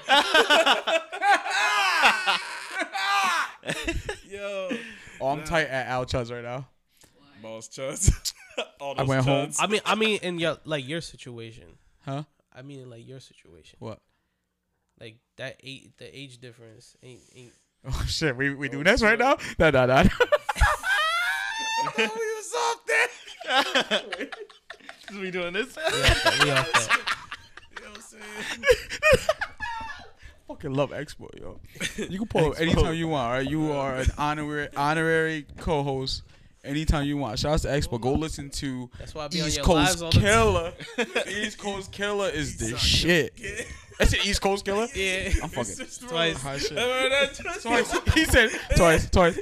Yo,
Oh, I'm tight at Al Chuz right now.
Boss Chuz. All
I
those
went home.
Chuds.
I mean, I mean, in your like your situation.
Huh?
I mean, in, like your situation.
What?
Like that age, the age difference ain't ain't.
Oh shit, we we doing this right now? No, no, no.
Oh, he was off there.
Cause we doing this.
We off that.
You know what I'm saying?
Fucking love Expo, yo. You can pull up anytime you want, right? You are an honorary honorary co-host anytime you want. Shout out to Expo. Go listen to
That's why I be on
East
your lives
Coast
all the time.
Killer. East Coast Killer is the shit. That's it, East Coast Killer.
Yeah.
I'm fucking
Twice.
high shit.
Remember that shit?
Twice. He said twice, twice.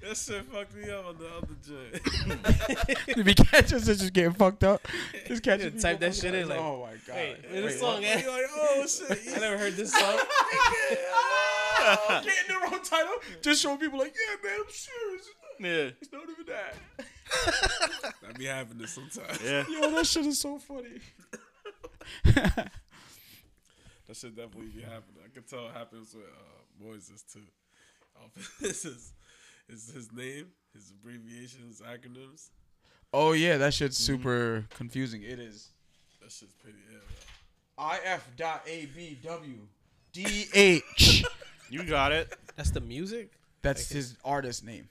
That shit fucked me up on the other joint.
If he catches it, just getting fucked up. Just catch
Yeah,
it.
type that shit in, like,
oh my god.
Wait, where
Wait,
this song
You're
at?
like, oh shit.
I never heard this song.
I'm getting the wrong title. Just showing people like, yeah, man, I'm serious.
yeah.
It's not even that.
I be having this sometimes.
Yeah.
Yo, that shit is so funny.
That shit definitely be happening. I can tell it happens with uh, Moises too. Oh, this is, is his name, his abbreviations, acronyms.
oh yeah, that shit's
Mm-hmm.
super confusing. It is
That shit's pretty ill.
IF dot A B W D H.
You got it.
That's the music.
That's his artist name.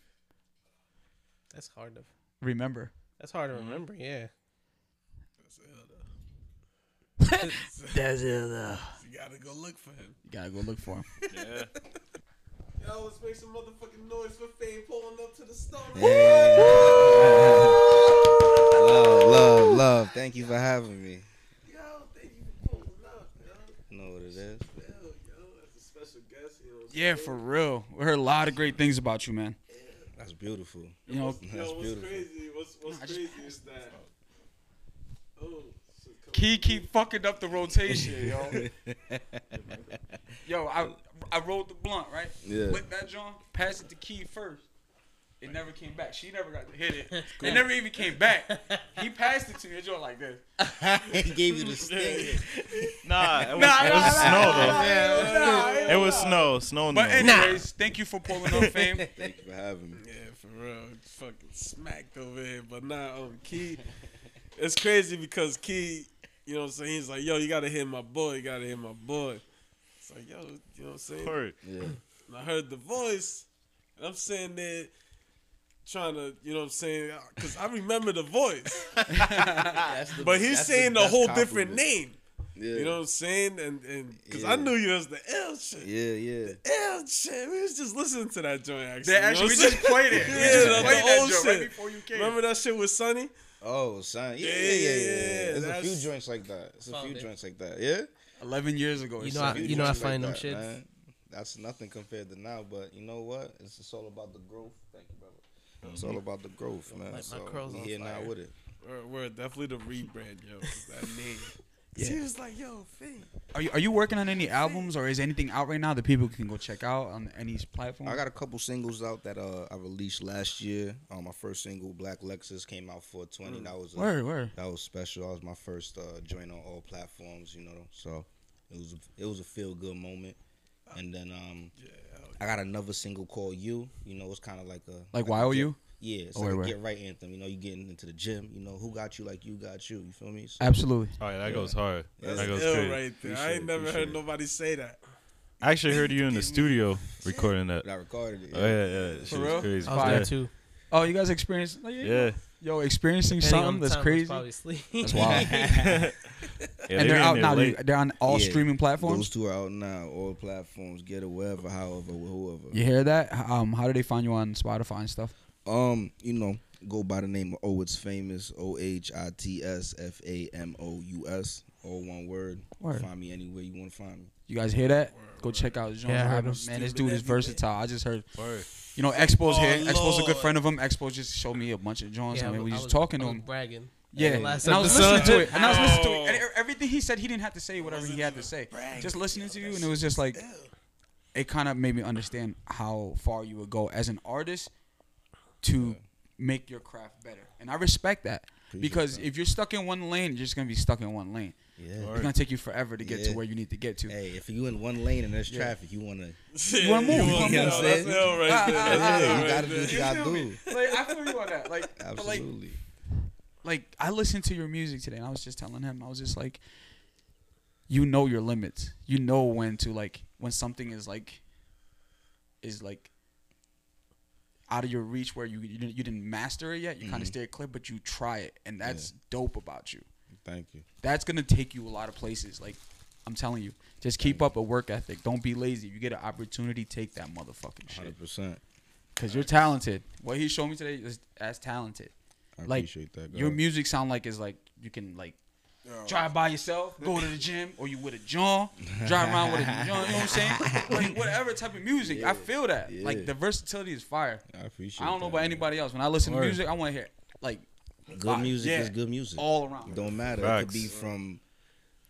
That's hard to.
Remember.
That's hard to remember. Yeah.
That's ill though.
That's it. You
You gotta go look for him.
gotta go look for him.
Yeah.
Yo, let's make some motherfucking noise for Fame pulling up to the stone.
love, love, love. Thank you for having me.
Yo, thank you for pulling up, yo.
You know what it is.
Yo, yo, that's a special guest, you know. what I'm
Yeah, for real. We heard a lot of great things about you, man.
That's beautiful.
You know,
saying?
That's
Yo, what's
beautiful.
crazy? What's what's
I just
crazy is that. Oh, shit, come
Key keep fucking up the rotation, yo. yo, I I rolled the blunt, right?
Yeah.
Whip that John, pass it to Key first. It never came back. She never got to hit it. It never even came back. He passed it to me. It joint like this.
he gave you the stick.
Nah, it was,
Nah,
it
nah,
was
nah,
snow
nah,
though.
nah, nah.
It was snow. Snow.
But
no.
anyways, thank you for pulling up fame.
Thank you for having me.
Yeah, for real. Fucking smacked over here. But nah, um, Key. it's crazy because Key, you know what I'm saying? He's like, yo, you gotta hit my boy. You gotta hit my boy. It's like, yo, you know what I'm saying?
Word.
Yeah.
And I heard the voice. And I'm saying that. Trying to, you know what I'm saying? Because I remember the voice. But he's saying a whole different name.
Yeah.
You know what I'm saying? And and because
Yeah.
I knew you as the L shit.
Yeah, yeah.
L shit. We was just listening to that joint actually.
They
You know
actually,
what
we
I'm saying?
just played it. We
Yeah,
just
the- the
played that
old
joke right
shit.
before you came.
Remember that shit with Sonny?
Oh, son.
Yeah,
Yeah, yeah, yeah,
yeah,
yeah.
yeah.
There's a
That's-
few joints like that. There's a
Found
few
it.
joints like that. Yeah.
Eleven years ago. or
You know,
something.
I, Uh, you know, I
Joints like
find them
that,
shits.
man. That's nothing compared to now, but you know what? It's just all about the growth. Thank you, brother. It's all about the growth, man.
Mm-hmm. my
so
curls
we
on
here now
fire.
with it.
We're, we're definitely the rebrand, yo. is That name. She was like, yo, Finn.
Are you, are you working on any albums or is anything out right now that people can go check out on any platform?
I got a couple singles out that uh, I released last year. Uh, my first single, Black Lexus, came out for twenty. That was a,
word, word.
that was special. That was my first uh, joint on all platforms. You know, so it was a, it was a feel good moment. And then um, I got another single called You. You know, it's kind of like a
Like
a
why are
get-
you?
Yeah, it's
Oh,
like
wait,
a
wait.
get right anthem. You know, you getting into the gym. You know, who got you like you got you. You feel me? So,
Absolutely.
Oh yeah, that goes hard.
That's
that goes
ill
crazy.
right there. I
Appreciate
ain't
it,
never
appreciate
heard
it.
nobody say that.
I actually heard you in the studio recording that.
I recorded it.
Oh yeah, yeah. That shit
real?
was crazy.
I was
Yeah.
there too.
Oh, you guys experienced? oh, yeah,
Yeah.
Yo, experiencing something that's crazy.
That's
Wow.
Yeah,
and
they
they're
be in
out
there
now.
late.
They- They're on all
Yeah.
streaming
Those
platforms.
two are out now. All platforms. Get it wherever, however, whoever.
You hear that? H- Um, how do they find you on Spotify and stuff?
Um, you know, go by the name of Oh It's Famous, O H I T S F A M O U S, all one word.
Word.
Find me anywhere you want to find me.
You guys hear that? Go check out Jean.
Yeah, I heard him
man, this
stupid
dude is
every day.
versatile. I just heard.
Word.
You know, Expo's
Oh,
here. Expo's a good
Lord.
friend of him. Expo just showed me a bunch of Johns. I mean, we just talking to him.
Bragging.
Yeah,
the last
and I was
episode.
listening to it, and I was listening to
Oh.
it, and e- everything he said, he didn't have to say whatever he had to say. Just listening to you, and it was just like, it kind of made me understand how far you would go as an artist to make your craft better, and I respect that because if you're stuck in one lane, you're just gonna be stuck in one lane.
Yeah.
It's gonna take you forever to get
Yeah.
to where you need to get to.
Hey, if you in one lane and there's traffic, you wanna.
You
wanna move,
wanna
you wanna
move.
move.
No, That's ill right there.
Ah,
That's
ah, ah,
ill
Yeah,
right
you gotta do
there.
what you gotta
feel
do.
Like I feel you on that. Like, but like
Absolutely.
like I listened to your music today, and I was just telling him, I was just like, you know your limits. You know when to like when something is like, is like. out of your reach where you you didn't, you didn't master it yet. You
Mm-hmm.
kind of stay clear, but you try it, and that's dope about you.
Thank you.
That's gonna take you a lot of places. Like I'm telling you, just keep up a work ethic. Don't be lazy. If you get an opportunity, take that motherfucking shit.
Hundred percent.
Cause you're talented. What he showed me today is as talented.
I
Like,
appreciate that.
Your
God.
music sound like is like you can like drive by yourself, go to the gym, or you with a John, drive around with a John. You know what I'm saying? Like whatever type of music, I feel that.
Yeah.
Like the versatility is fire.
I appreciate.
I don't know
that,
about
man.
anybody else. When I listen
Word.
to music, I want to hear like
Good music
Yeah.
is good music.
all around.
Don't matter. It could
Facts.
be from,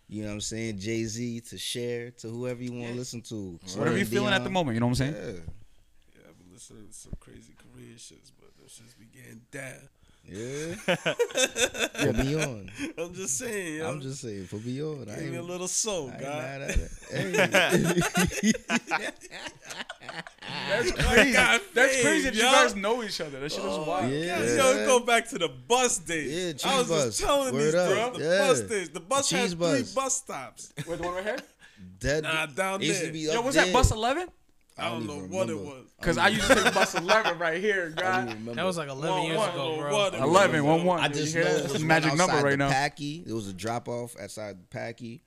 you know what I'm saying, Jay Z to Cher to whoever you want to listen to.
Whatever
Celine
you're feeling at the
Dion.
moment, you know what I'm saying?
Yeah.
Yeah, I've been listening to some crazy Korean shits, but those shits be getting down.
Yeah. for beyond.
I'm just saying, yo.
I'm just saying, for beyond. I
Give
ain't,
me a little soul,
I ain't
God.
mad at it. Hey.
That's crazy.
God,
That's
fade,
crazy that you
yo.
guys know each other. That shit is wild.
Oh. yeah.
Guys, yo, go back to the bus days.
Yeah,
I was
cheese bus.
just telling
Word
these
up.
bro, the
Yeah.
bus days. The bus
Cheese
has
bus.
three bus stops.
Wait, the one right here?
That
Nah, down
it used
there.
To be
Yo,
up
was
there.
that bus 11?
I don't, know
even
what it
remember.
was.
Because I used to take bus 11 right here, God.
That was like 11 years
One,
ago,
one,
bro.
one, one.
11, 1 1.
I just
you
know
hear that?
it was
That's a
one
magic
outside
number
the
right now.
Packy. It was a drop off outside the Packy.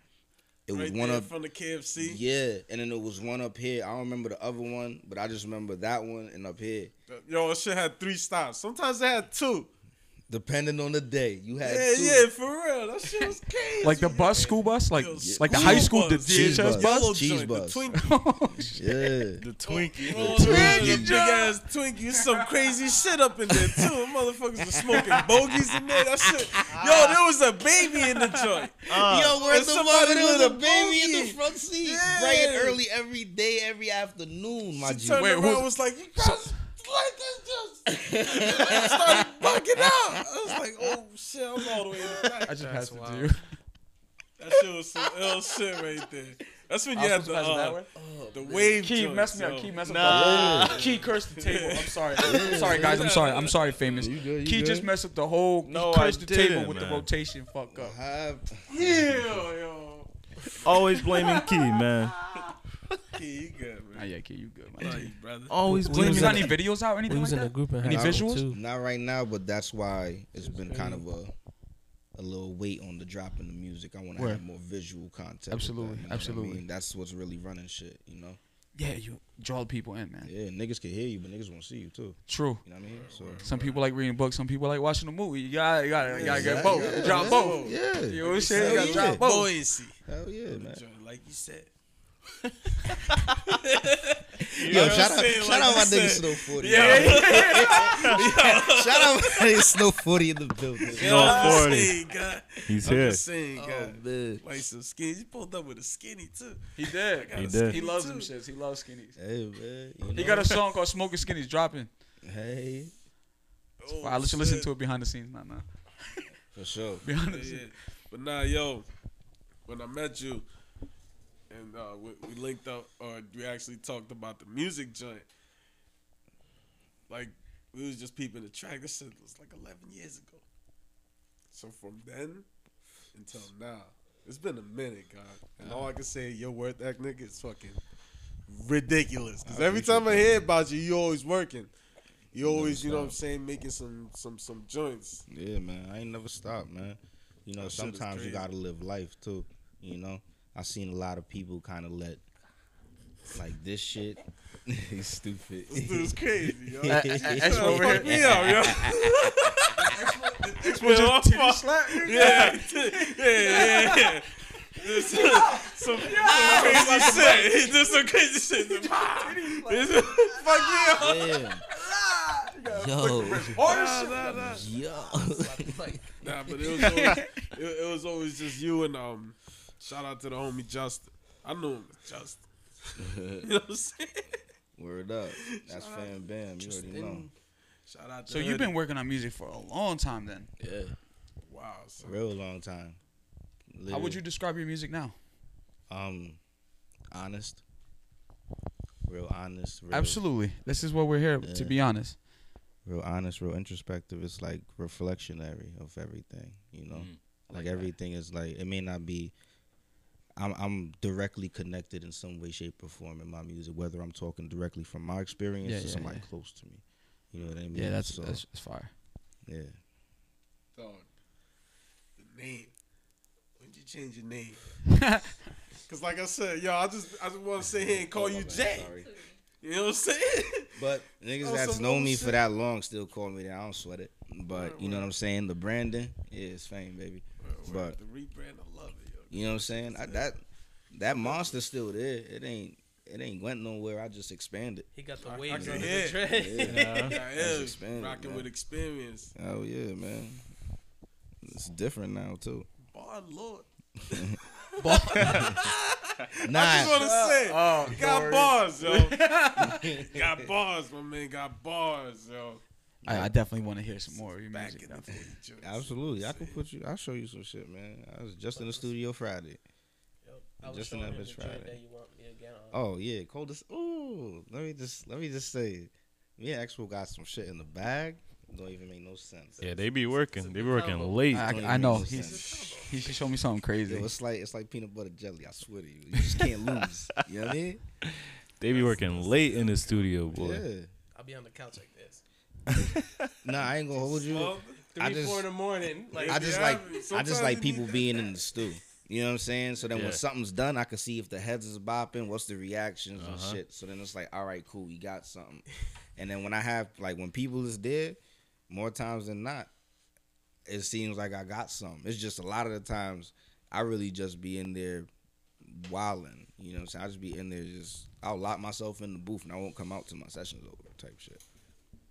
It was
Right
one
there
up
from the KFC.
Yeah, and then it was one up here. I don't remember the other one, but I just remember that one and up here.
Yo, that shit had three stops. Sometimes it had two.
Depending on the day, you had
Yeah,
two.
yeah, for real. That shit was crazy.
Like the
yo.
bus, school bus, like
Yo,
like the
school
high school, the
bus.
Cheese
DHS bus.
bus.
Oh,
Yellow
Cheese
joint, the
bus.
Twinkie.
yeah.
The Twinkie.
Oh,
Twinkie
man, the
joint.
big ass Twinkie. There's Some crazy shit up in there too. Motherfuckers was smoking bogeys in there. That shit. Yo, there was a baby in the joint.
Uh,
Yo,
where's the one that was a bogey?
front seat?
Yeah.
Bright and early every day, every afternoon, my
she
G.
turned
Wait,
around
who-
and was like, "You guys like this?" Just I started bugging out. I was like, "Oh shit!" I was all the way in the back.
I just
That's
passed it to
wild.
you.
That shit was some ill shit right there. That's when you
I was
had
supposed
the
to pass it that
uh,
way?
the wave.
Key
joints,
messed me up.
yo.
Key messed up. Nah. Key cursed the table. I'm sorry. I'm sorry, guys. I'm sorry. I'm sorry, famous.
You good, you
Key
good?
just messed up the whole.
No,
he cursed
I
the table
didn't,
with
man.
the rotation. Fuck up.
Have,
Yeah, yo.
Always blaming Key, man.
Key, you good,
Ah,
man.
yeah, Key, you good,
Love
man.
you, brother.
Always
We
You
was
got
in
any videos out or
We
anything like
was in a
that?
group in high
Any
school
visuals?
too.
not right now, but that's why it's been kind of a a little weight on the drop in the music. I want to
Word.
have more visual content. with
Absolutely,
that, you know what I
absolutely.
mean? That's what's really running shit, you know?
Yeah, you draw people in, man.
Yeah, niggas can hear you, but niggas want to see you too.
True.
You know what I mean? So
Some people like reading books. Some people like watching a movie. You gotta, you gotta, you gotta get
Exactly.
both.
Yeah,
Drop
that's-
both.
Yeah.
You know what I'm
Hell
saying? You gotta
yeah.
drop both.
Buoyancy.
Hell yeah, man.
Joint, Like you said.
Yo,
know what
shout out,
I'm saying?
shout
Like
out
you
my nigga
said.
Snow Forty.
Yeah.
Shout out my nigga Snow Forty in the building.
You know what I'm
40.
saying, God?
He's
I'm
here.
just saying,
Oh
God.
man.
Like some skinny. He pulled up with a skinny, too.
He did.
He did.
He loves them
too.
shits. He loves skinnies.
Hey man. You
He
know?
got a song called "Smoking Skinnies" dropping.
Hey,
Oh,
I'll let you listen
shit.
to it behind the scenes. Not now.
for sure.
Behind the
Yeah,
scenes.
yeah. But nah, yo, when I met you and uh, we, we linked up, or we actually talked about the music joint, like we was just peeping the track. This shit was like 11 years ago. So from then until now, it's been a minute, God. And all I can say, your worth, that nigga, is fucking ridiculous. Because every time I hear about you, you always working. You always, you know what I'm saying, making some some some joints.
Yeah, man. I ain't never stopped, man. You know,
That shit is
sometimes you
crazy.
gotta live life too. You know, I seen a lot of people kind of let like this shit. He's stupid.
This dude's crazy, yo.
A- a- Expo
Oh,
over
fuck
here.
me up, yo. Yeah, my fault. Yeah, yeah, yeah, yeah. There's Some, some, some crazy shit. There's some crazy shit. There's a- Fuck me up.
Damn. Yo,
Nah, nah, nah.
yo.
Nah, but it was always, it, it was always just you and um. Shout out to the homie Justin. I knew him as Justin. You know what I'm saying?
Word up. That's fam bam. You already know.
Shout out to
So
Hoodie.
you've been working on music for a long time, then.
Yeah.
wow. So.
Real long time.
How would you describe your music now?
Um, honest. Real honest. Real,
Absolutely. This is what we're here to
Yeah.
be honest.
Real honest. Real introspective. It's like reflectionary of everything. You know,
Mm-hmm.
like everything is like it may not be. I'm I'm directly connected in some way, shape, or form in my music, whether I'm talking directly from my experience
Yeah,
or
yeah,
somebody
yeah.
close to me. You know what I mean?
Yeah, that's
so,
that's, that's fire.
yeah.
Dog. The name. When did you change your name? Cause like I said, yo, I just I just want to sit here and call you Jay.
Sorry.
You know what I'm saying?
But niggas
Oh,
that's
some
known me
bullshit.
for that long still call me that. I don't sweat it. But you know what I'm saying? The branding is fame, baby. But
the rebrand, I love it, yo.
you know what I'm saying? I, that that monster's still there. It ain't it ain't went nowhere. I just expanded.
He got the waves
can
under
hear
the
it.
dread.
Yeah.
Yeah,
That's
yeah,
expanded,
rocking
man.
with experience.
oh yeah, man. It's different now too.
Bar Lord. I
Nah,
just want to say, you got bars,
Oh,
yo. You got bars, my man. Got bars, yo.
I, I definitely want to hear some more of your
Back
music.
in
though.
the day, Joe.
absolutely. I can put you. I'll show you some shit, man. I was just in the studio Friday.
I was
Just
showing him
another
the dread
Friday.
that you want me again on.
Oh yeah, coldest. Ooh, let me just let me just say, me and Expo got some shit in the bag. Don't even make no sense.
Yeah, they be working. They be working
combo.
late.
I,
Don't
I
even
know
make
he's he should show me something
Yo,
crazy.
it's like it's like peanut butter jelly. I swear to you, you just can't lose. You know what I mean?
They be working late in the studio, boy.
Yeah.
I'll be on the couch like this.
Nah, I ain't gonna hold you.
Well,
Three,
I
four
just-
in the morning. Like
I just like I
Sometimes
just
you
like
need
people
that.
being in the stew. You know what I'm saying? So then
Yeah.
when something's done, I can see if the heads is bopping, what's the reactions and
Uh-huh.
shit. So then it's like, all right, cool, we got something. And then when I have like when people is there, more times than not, it seems like I got something. It's just a lot of the times I really just be in there wilding. You know what I'm saying? I just be in there just I'll lock myself in the booth and I won't come out till my session's over type shit.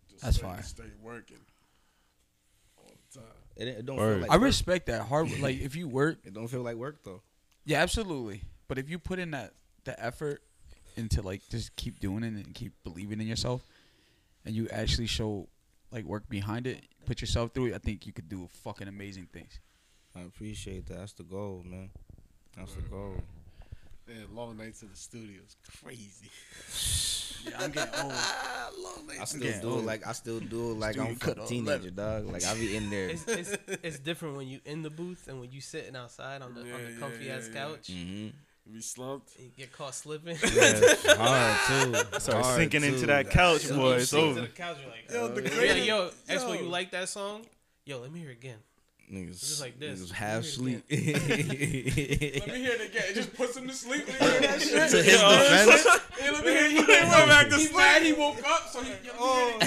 Just
That's
stay-
fire.
Stay working all the time.
It, it don't
Word.
feel like
I
work.
respect that hard. Like if you work,
it don't feel like work though.
yeah, absolutely. But if you put in that the effort into like just keep doing it and keep believing in yourself, and you actually show like work behind it, put yourself through it, I think you could do fucking amazing things.
I appreciate that. That's the goal, man. That's the goal.
Man, long nights in the studio is crazy.
I'm getting old.
Ah, long
I
nights.
still
Yeah.
do it like I still do it like
Dude,
I'm
you
fucking
cut all
teenager, dog. Like I be in there.
it's, it's, it's different when you in the booth and when you sitting outside on the, on
Yeah,
the comfy
yeah,
ass
yeah, yeah.
couch.
Mm-hmm.
We slumped.
You get caught slipping.
Hard too.
Start
Hard,
sinking into
too.
that couch, boy. It's
Sitting
over.
to the couch, you're like,
Yo, the
"Oh, yeah,
greatest-
yo, Expo,
yo.
you like that song? Yo, let me hear it again.
Niggas,
Just like this.
niggas half
Let
sleep. to his
Let me hear it again. It just puts him to sleep. Let me hear that shit.
defense,
Hey, let me hear you. He went back to sleep. he woke up, so he. Oh.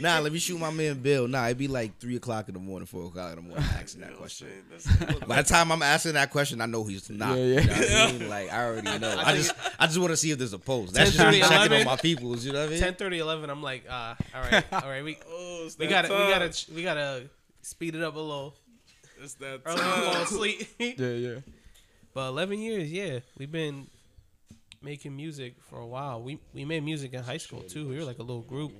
nah. Let me shoot my man Bill. Nah, it'd be like three o'clock in the morning, four o'clock in the morning. Asking that question. By the time I'm asking that question, I know he's not.
Yeah, yeah.
You know what I mean? Like I already know. I just, I just want to see if there's a post. That's
10,
just
30,
me checking on
11.
my peoples. You know what I mean?
10 11 i'm like uh all right all right we we gotta we gotta ch- we gotta speed it up a little
It's that
early we fall
time.
asleep
Yeah, yeah.
but 11 years yeah we've been making music for a while we we made music in high school too we were like a little group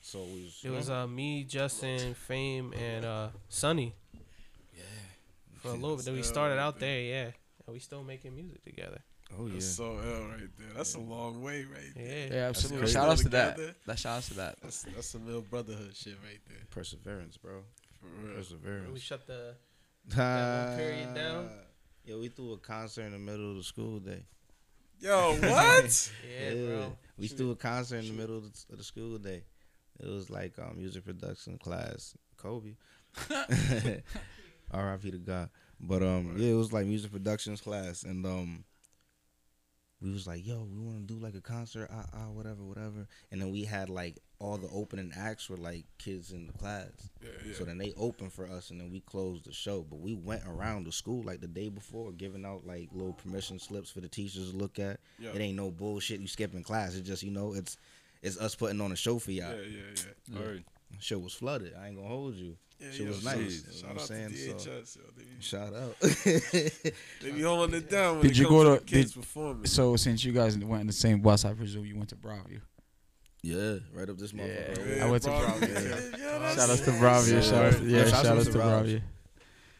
So it was,
it was uh me justin fame and uh sunny yeah for a little bit Then we started out there yeah and we still making music together
oh yeah.
That's so ill right there. That's a long way right there.
yeah
Yeah, absolutely.
crazy.
Shout outs to that.
Together.
That shout outs to that.
That's that's some real brotherhood shit right there.
Perseverance, bro.
For real.
we
Perseverance.
shut the that one period down?
Yeah, we threw a concert in the middle of the school day.
Yo, what?
yeah, bro
We threw a concert in the middle of the, of the school day. It was like um, music production class. Kobe. R.I.P. to God. But um, yeah, it was like music productions class, and um, we was like, yo, we want to do like a concert, ah, ah, whatever, whatever. And then we had like all the opening acts were like kids in the class.
Yeah, yeah.
So then they opened for us, and then we closed the show. But we went around the school like the day before, giving out like little permission slips for the teachers to look at.
Yeah.
It ain't no bullshit. You skipping class. It's just you know, it's it's us putting on a show for y'all.
Yeah, yeah, yeah.
Word.
Show was flooded. I ain't gonna hold you.
Yeah,
Shit
yo,
was nice. You know
Shout
what I'm
out
saying?
to
So-
DHS, yo. They be,
Shout out.
they be holding it down when
Did
it
you
comes
go
to
to-
the kids
did-
performing.
So since you guys went in the same bus, I presume you went to Broadview.
yeah, right up this motherfucker. right here.
I went to
Bravo.
Bravo.
Yo, that's-
Shout outs to Broadview. Shout outs, yeah, shout outs to Broadview.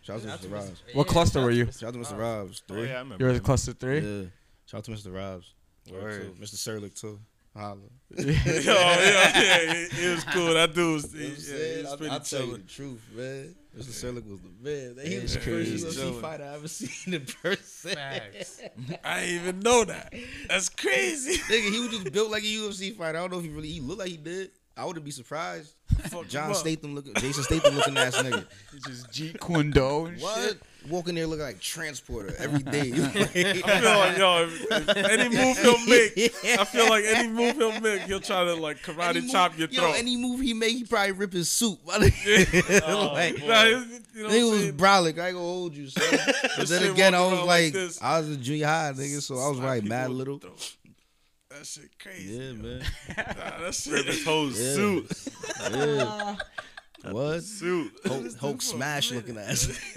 Shout out to Mr. Robs.
What cluster were you?
Shout out to Mr. Robs.
Oh, yeah,
Three.
I
You were
remember.
in cluster three.
Yeah. Shout out to Mr. Robs.
Word.
Mr. Serlick too. Holla.
yo, yo, yeah, it, it was cool. That dude was,
You know
he,
what I'm
yeah,
saying?
he was
I-
pretty
I'll tell you
chilling.
the truth, man. Mr. Serlick was the man. He was the
It's
first
crazy.
UFC
Chilling.
fighter I ever seen in person.
facts
I didn't even know that. That's crazy.
Nigga, he was just built like a UFC fighter. I don't know if he really he looked like he did. I wouldn't be surprised.
Fuck you
John
up.
Statham looking, Jason Statham looking ass nigga.
Just Jeet Kundo and
What?
shit.
Walking there looking like transporter every day.
I feel like yo, if, if any move he'll make, I feel like any move he'll make, he'll try to like karate
Any move-
chop your
yo,
throat. Oh,
Any move he make, he probably rip his suit. like,
Nah, it's- you know what I'm
nigga was
saying?
brolic. I ain't gonna hold you. Son. But
shit
then again, I
walking
was
around like
like,
this.
I was in junior high, nigga, so I was
Slap
right
people
mad
in the
little.
throat. That shit crazy.
Yeah, man.
Nah, that shit.
Rip his whole
Yeah.
suit.
Yeah. What?
Suit.
Hulk, Hulk smash looking ass.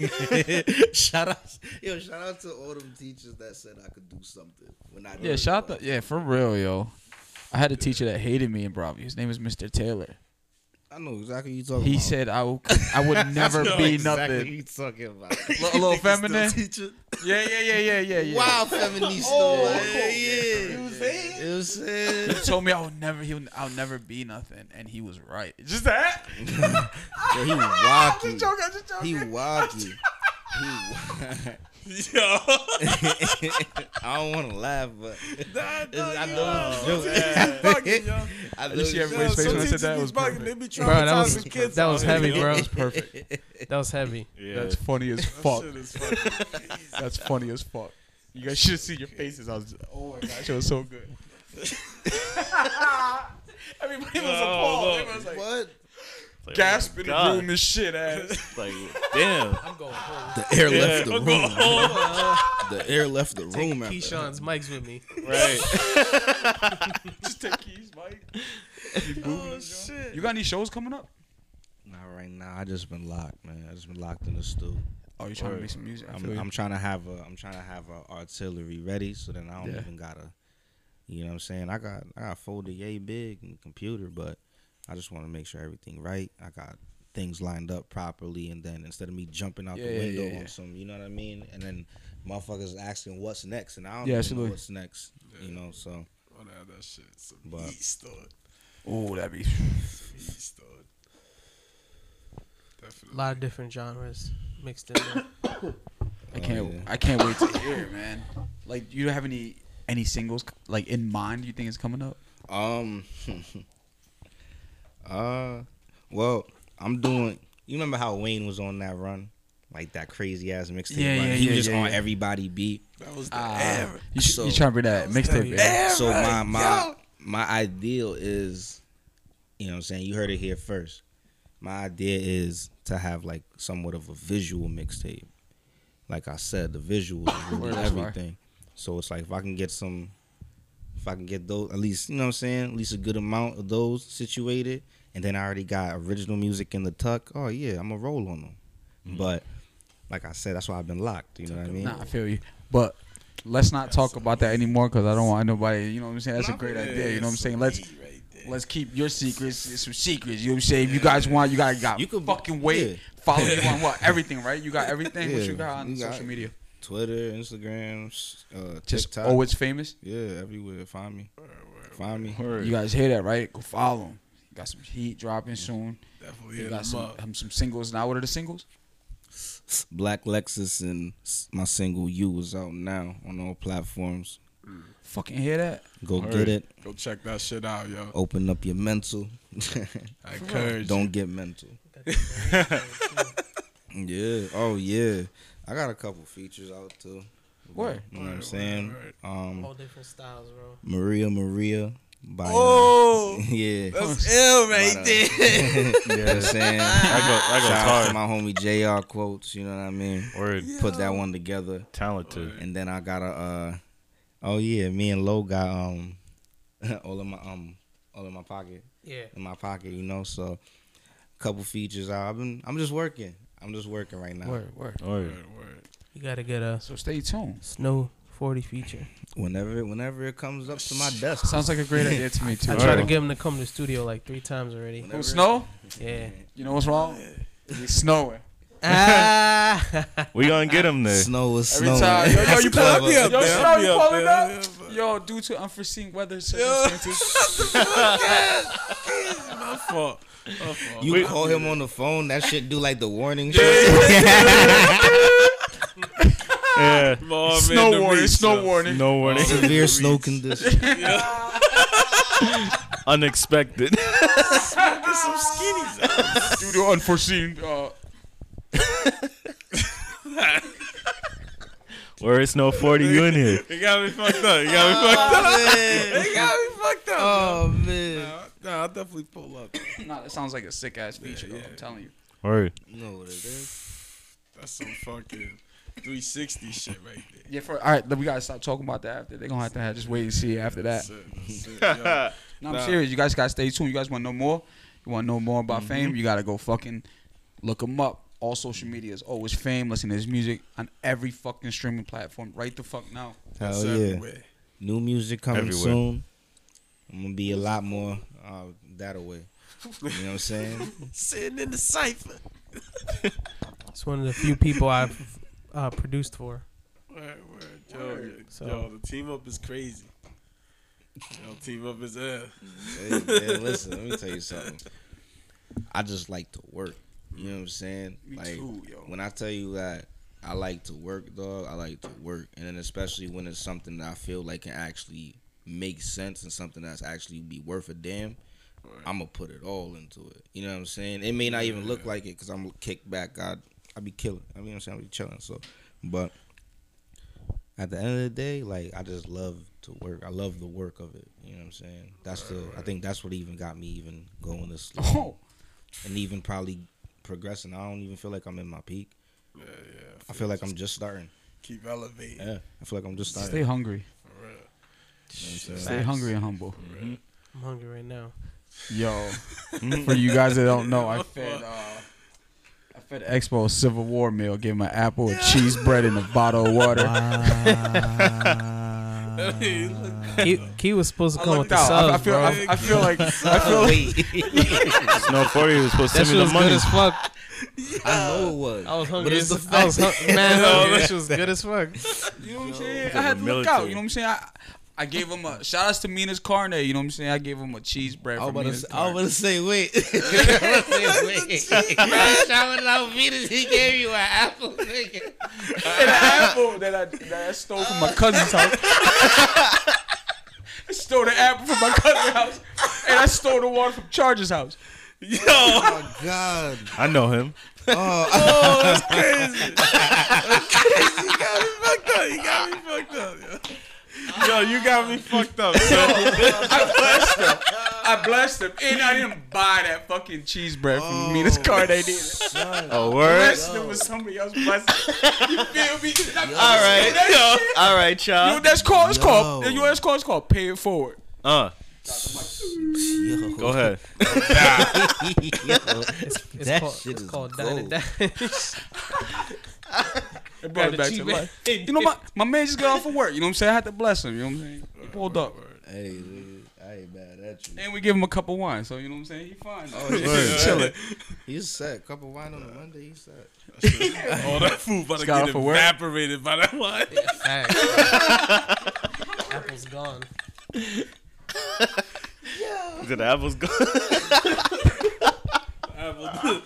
shout out, yo! Shout out to all them teachers that said I could do something when I
Yeah, shout out. Yeah, for real, yo. I had a teacher that hated me in Broadview. His name was Mr. Taylor.
I know exactly
Oh,
what you talking
He
about.
said I, would- I would never be nothing.
you talking about.
A little feminine. Yeah, yeah, yeah, yeah, yeah, yeah.
Wow, feminist.
Oh,
though.
yeah,
yeah. You know what I'm saying?
He told me I would never, he would, I'll never be nothing, and he was right. Just that.
Yo, he wacky. He wacky. He wa-
Yo,
I don't want to laugh, but
nah, nah,
I
yo.
know it's a joke.
Bugging, yo.
I know
You see
it's a
Yo,
everybody's
joke.
face when I
some
said
teachers
that
be
was
bugging.
perfect.
They be
Bro, that was
traumatizing kids.
that was
out here,
heavy,
yo.
bro. That was perfect. That was heavy.
Yeah.
That's funny as
That
fuck.
shit is fucking crazy.
That's funny as fuck. You guys should see your faces. I was, oh my gosh, it was so good. Everybody was
No,
appalled.
no.
Everybody was like
What?
Like,
gasp
oh
in
God.
the room and shit. Ass.
Like, damn.
I'm going home.
The air left the
I'm going
room.
home.
The air left the room. after that.
Keyshawn's mics with me.
Right.
Just take keys, Mike.
Oh, shit.
You got any shows coming up?
Not right now. I just been locked, man. I just been locked in the stool.
Oh, you trying
Word.
to make some music? I feel
I'm,
you.
I'm trying to have a. I'm trying to have a artillery ready, so then I don't
Yeah.
even gotta. You know what I'm saying? I got I got folded yay big and computer, but I just want to make sure everything right. I got things lined up properly, and then instead of me jumping out
Yeah,
the
yeah,
window
yeah, yeah.
on some, you know what I mean? And then motherfuckers asking what's next, and I don't
Yeah,
even
absolutely.
know what's next. You know, so
I wanna have that shit. Some
But-
heat stored.
Oh, that'd be.
Some heat stored. Definitely.
A lot of different genres mixed in.
I
There.
can't.
yeah.
I can't wait to hear, it, man. Like, you have any any singles like in mind? You think is coming up?
um, uh, well, I'm doing. You remember how Wayne was on that run? Like that crazy ass mixtape.
Yeah,
run?
yeah,
he
yeah,
was just
yeah,
on
yeah.
every beat.
That was the
Ah,
era.
you, should-
So-
you trying to bring that mixtape?
you.
baby.
So my my my ideal is, you know, what I'm saying you heard it here first. My idea is to have like somewhat of a visual mixtape. Like I said, the visuals
Word,
is really
that's fire.
everything. So it's like if I can get some, if I can get those at least, you know, what I'm saying at least a good amount of those situated, and then I already got original music in the tuck. Oh yeah, I'm a roll on them. But like I said, that's why I've been locked. You know what I mean?
Mm-hmm. Nah, I feel you. But let's not talk about that anymore because I don't want nobody. You know what I'm saying? That's a
Nah,
great
Yeah,
idea. You know what
some
I'm saying? Let's
heat right there.
let's keep your secrets. It's some secrets. You know what I'm saying? If you guys want, you got you got
You could-
fucking wait.
yeah.
Follow you on what? Everything, right? You got everything. what
Yeah,
you got on
you got
social
it.
media?
Twitter, Instagram, s- uh,
Just
TikTok.
oh, it's famous.
Yeah, everywhere. Find me. Find me.
Word.
You guys hear that, right? Go follow him. Got some heat dropping soon.
Definitely
You
hit
got
them
some,
up.
um, some singles now. What are the singles?
Black Lexus and s- my single "You" is out now on all platforms.
Fucking hear that?
Go
Word.
get it.
Go check that shit out, yo.
Open up your mental.
I encourage you.
Oh, Don't get mental. yeah. Oh yeah. I got a couple features out too.
Where?
You know what I'm
Word,
saying?
word,
Um,
All different styles, bro.
Maria Maria by. uh,
Oh,
yeah.
that's ill right
By
there.
the- you know what I'm saying?
That go, that goes
Shout out to
hard.
my homie JR quotes. You know what I mean?
Word.
Put that one together.
Talented.
And then I got a uh oh yeah, me and Lo got um all in my um all in my pocket.
Yeah.
In my pocket, you know, so couple features out. I've been I'm just working. I'm just working right now.
Word, word.
Word.
Word, word.
You gotta get a
So stay tuned.
snow 40 feature.
Whenever whenever it comes up to my desk.
Sounds like a great idea to me too.
I
Word.
tried to get him to come to the studio like three times already.
Whenever
Oh, snow.
Yeah.
You know what's wrong? It's snowing.
ah.
We gonna get him there.
Snow is
Every
snow.
time. Yo, yo, you
Pull up,
Yo,
yeah, man.
Snow, you
Yeah,
pulling
man.
up?
Yeah,
Yo, due to unforeseen weather circumstances.
My fault. My fault.
you
Wait.
call him on the phone, that shit do like the warning shit.
Yeah.
My man, the
snow warning,
reach,
snow
yo.
warning.
No warning.
Severe snow conditions.
unexpected.
some skinnies. out.
Due to unforeseen. Uh,
Where it's no forty you in here.
You got me fucked up. You got me fucked up. You got me fucked up.
Oh man.
Nah, nah, I'll definitely pull up.
nah, that sounds like a sick ass feature. though, I'm telling you.
Word.
You know what it is.
That's some fucking 360 shit right there.
Yeah, for all right, then we gotta stop talking about that after. They're gonna have to have, just wait and see after that.
That's it. That's it. yo.
No, I'm
Nah.
serious. You guys gotta stay tuned. You guys want to know more? You want to know more about Fame? You gotta go fucking look him up. All social media is always Fame. Listen to his music on every fucking streaming platform. Right the fuck now.
It's
Hell yeah.
everywhere.
New music coming
Everywhere.
soon. I'm gonna be a lot more uh, that way. You know what I'm saying?
Sitting in the cipher.
It's one of the few people I've uh, produced for.
Word, word. Yo, yo,
So-
yo, the team up is crazy. Yo, team up is uh.
hey, man, listen, let me tell you something. I just like to work. You know what I'm saying?
Me
like
too, yo.
when I tell you that I like to work, dog, I like to work. And then especially when it's something that I feel like can actually make sense and something that's actually be worth a damn. I'm gonna put it all into it. You know what I'm saying? It may not even look like it because I'm kicked back. I I be killing. I mean, I'm saying I be chilling. So, but at the end of the day, like I just love to work. I love the work of it. You know what I'm saying? That's the. I think that's what even got me even going this long
Oh,
and even probably progressing. I don't even feel like I'm in my peak.
Yeah, yeah.
I feel like I'm just starting.
Keep elevating.
Yeah, I feel like I'm just starting.
stay hungry.
For real.
Stay hungry and humble.
I'm hungry right now.
Yo, for you guys that don't know, I fed uh, I fed Expo a Civil War meal. Gave him an apple, a cheese bread, and a bottle of water.
Uh,
Hey, look,
Key, Key was supposed to
I
come with
lucked
the
out. I, I
subs,
feel
bro.
I, I feel like I feel like
Wait,
It's no forty. You was supposed to
that
send
shit
me
was
the
good
money.
as fuck.
I know it was.
I was
But
hungry.
it's
As,
the
I
fact.
was hung- man hungry. That shit was good as fuck.
you know what I'm saying.
Yo,
I had to look out.
military.
You know what I'm saying. I, I gave him a shout outs to Mina's Carne. You know what I'm saying. I gave him a cheese bread.
I was
From
about to
Mina's
say, I was
Carne.
about to say, wait. I was about to say, wait. Shouting out Venus, he gave you an apple, nigga.
an apple that I, that I stole from my cousin's house. I stole the apple from my cousin's house, and I stole the water from Charger's house.
Yo,
Oh God.
I know him.
Oh,
you got me fucked up. You got me fucked up. Yo, yo you got me fucked up. Yo.
I blessed him. I blessed him, and I didn't buy that fucking cheese bread from oh, Mina's car. They did.
Oh, word.
Blessed him was somebody else blessing. You feel me? All
All right.
That shit.
All right,
You know
y'all.
what that's called? It's called.
Yo.
You know what it's called? It's called pay it forward.
Uh,
yo.
go ahead.
Yo.
It's
That
called,
shit
it's
is
called Dine and
gold.
Dash.
It brought it back to life. You know, my, my man just got off of work. You know what I'm saying? I had to bless him. You know what I'm saying? He pulled up.
Hey, dude, I ain't mad at you.
And we give him a cup of wine, so you know what I'm saying? He fine. Oh,
Word.
chilling.
He's set. Cup of wine on a Monday. He's set.
All Oh, that food about to
Got
get
off of work.
evaporated by that one.
Facts. Apple's gone.
The apple's gone.
Apple did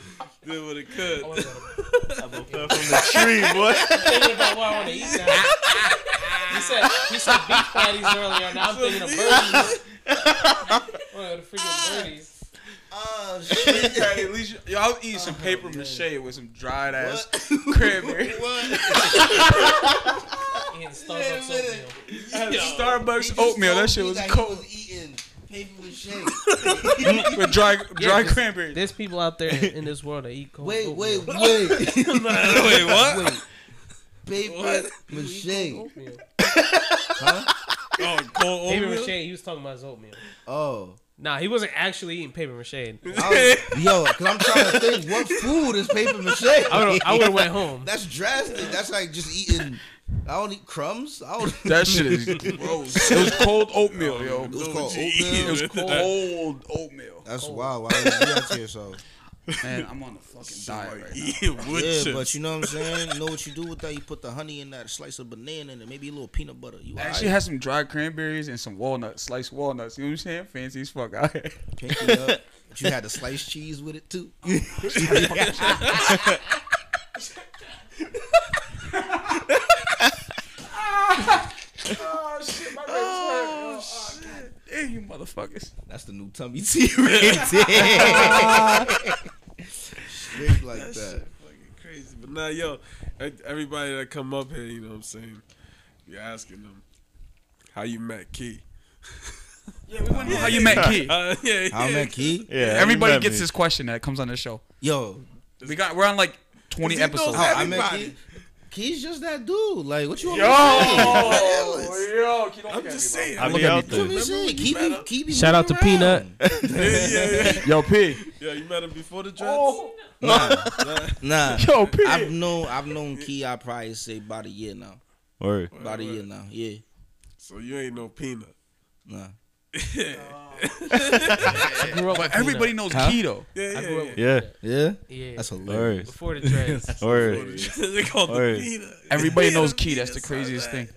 what it could.
from the tree, boy.
thinking about what I want to eat now. He said, he said beef patties earlier, now I'm thinking of birdies. Well, the freaking birdies.
Oh shit.
Right, at least you, all eat some paper mache with some dried ass cranberry.
He had Starbucks oatmeal.
Had Starbucks oatmeal. That shit was cold Mm,
eating paper mache.
with dry dry
just-
cranberry.
There's people out there in, in this world that eat cold
Wait,
oatmeal.
wait, wait.
Wait, what?
Wait. Paper mache.
Oatmeal.
Oh, cold
Paper
oatmeal.
mache, he was talking about his oatmeal.
Oh.
Nah, he wasn't actually eating paper mache. I
I was- Yo, because I'm trying to think what food is paper mache.
would I would have went home.
That's drastic. That's like just eating. I don't eat crumbs. I don't.
That shit is gross. It was cold oatmeal, yo.
It was called
It
oatmeal.
was cold oatmeal.
That's wild. Why would you do that to yourself?
Man, I'm on the fucking diet right now.
Yeah, wood
Yeah,
chips.
but you know what I'm saying. You know what you do with that? You put the honey in that slice of banana and maybe a little peanut butter. You
Actually, had some dried cranberries and some walnuts, sliced walnuts. You know what I'm saying? Fancy as fuck out here.
Pinky up. But you had the sliced cheese with it too.
Oh shit, my legs hurt. Oh, Hey, you motherfuckers.
That's the new tummy tea right there. Straight like that.
Fucking crazy. But now, yo, e- everybody that come up here, you know what I'm saying? You're asking them how you met Key.
Yeah, we want to know how you met Key.
Uh, yeah,
How
yeah.
met Key?
Yeah,
Everybody gets this question that comes on this show.
Yo,
We got we're on like 20
He knows
episodes.
how I met
Everybody.
Key? Key's just that dude. Like, what you want
Oh,
me to say?
yo, Key, don't
I'm
look at
just
me,
saying.
I
Look
be
at
out
me.
What you want me
there.
to say? Key be- Key be
Shout out to
moving around.
Yeah, yeah, yeah.
bro. Yo, P.
Yo, you met him before the dress?
Oh.
Nah,
Yo, P.
I've known I've known Key. I probably say about a year now.
Word.
About a year now. Yeah.
So you ain't no peanut.
Nah.
grew up- everybody knows
Huh?
Key though.
Yeah, yeah, yeah.
Yeah.
Yeah.
Yeah.
That's hilarious.
Word.
Before the dreads.
Word.
they called
Word.
the peanut.
Everybody knows Key. That's the craziest thing.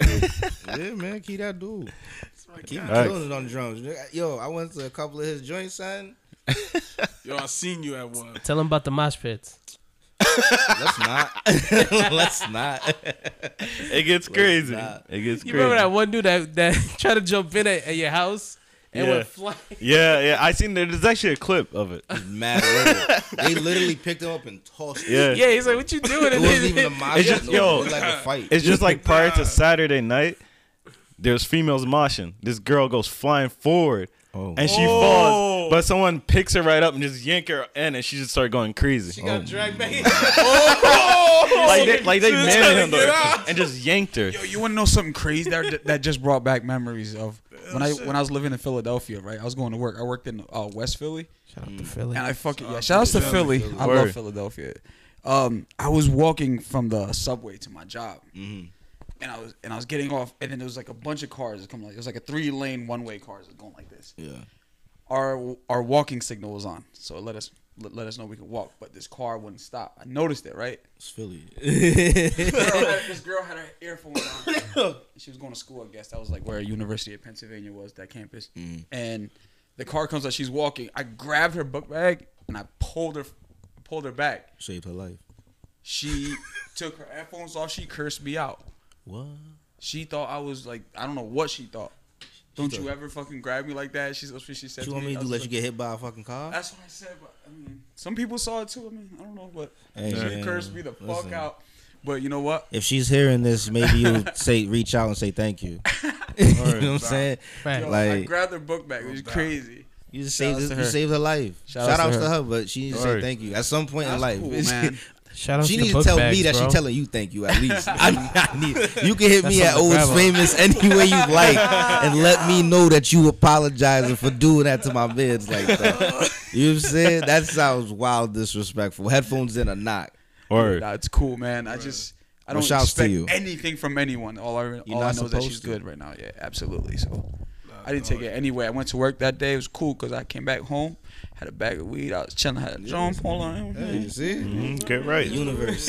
yeah, man. Key that dude. Key be
Facts.
killing it on drums. Yo, I went to a couple of his joints, son.
Yo, I seen you at one.
Tell them about the mosh pits.
Let's not. Let's not.
It gets crazy.
nah.
It gets crazy.
You remember that one dude that, that tried to jump in at, at your house and
Yeah.
went flying?
Yeah, yeah. I seen there. There's actually a clip of it.
Mad little. They literally picked him up and tossed him.
Yeah.
Yeah, he's like, "What you doing?"
It
And
wasn't
then,
even a mosh.
It's just-
no,
yo.
it was like a fight.
It's just like prior to Saturday night, there's females moshing. This girl goes flying forward
Oh.
and she
Oh.
falls, but someone picks her right up and just yank her in, and she just started going crazy.
she
Oh.
Oh.
got dragged back in.
Like they, like they manhandled
get
her and just yanked her.
Yo, you want to know something crazy that that just brought back memories of when I when I was living in Philadelphia, right? I was going to work. I worked in uh, West Philly,
Shout out to Philly.
and I fucking yeah. Shout outs to Philly. I love
Word.
Philadelphia. Um, I was walking from the subway to my job, and I was and I was getting off, and then there was like a bunch of cars coming. Like it was like a three lane one way cars going like this.
Yeah.
our our walking signal was on, so it let us let, let us know we could walk. But this car wouldn't stop. I noticed it, right?
It's Philly.
This girl had, this girl had her earphones on. she was going to school, I guess. That was like where University of Pennsylvania was, that campus.
Mm.
And the car comes up. She's walking. I grabbed her book bag and I pulled her pulled her back.
Saved her life.
She took her headphones off. She cursed me out.
What?
She thought I was like I don't know what she thought. Don't you ever fucking grab me like that? She's what she said.
What you want me
I
to do?
was
Let
like-
you get hit by a fucking car?
That's what I said. But I mean, some people saw it too. I mean, I don't know, but
Hey,
she
man,
cursed me the fuck
listen.
out. But you know what?
If she's hearing this, maybe you say reach out and say thank you. you know what I'm saying?
Yo, I
Like
grabbed her book bag. It was crazy.
you just
Shout
saved
outs to
you
her.
saved her life. Shout,
Shout outs to
outs to
her.
her, but she needs to say
Word.
thank you at some point in
That's
life.
cool,
It's-
man.
Shout out
She
to
needs to
book
tell
bags,
me that
bro.
she's telling you thank you at least. I, I need, you can hit me
That's
at
on the
Owen's
gravel.
Famous any way you like and let me know that you apologizing for doing that to my mans like that. You know what I'm saying? That sounds wild disrespectful. Headphones in or not.
Word.
Nah, it's cool, man. I just I
Well,
don't
shouts to
expect
you.
anything from anyone. All I all I
not
know is that she's
supposed to.
good right now. Yeah, absolutely. So I didn't take it anyway. I went to work that day. It was cool because I came back home, had a bag of weed. I was chilling, had a joint pull on.
You see?
Mm-hmm.
Mm, Get right.
Universe.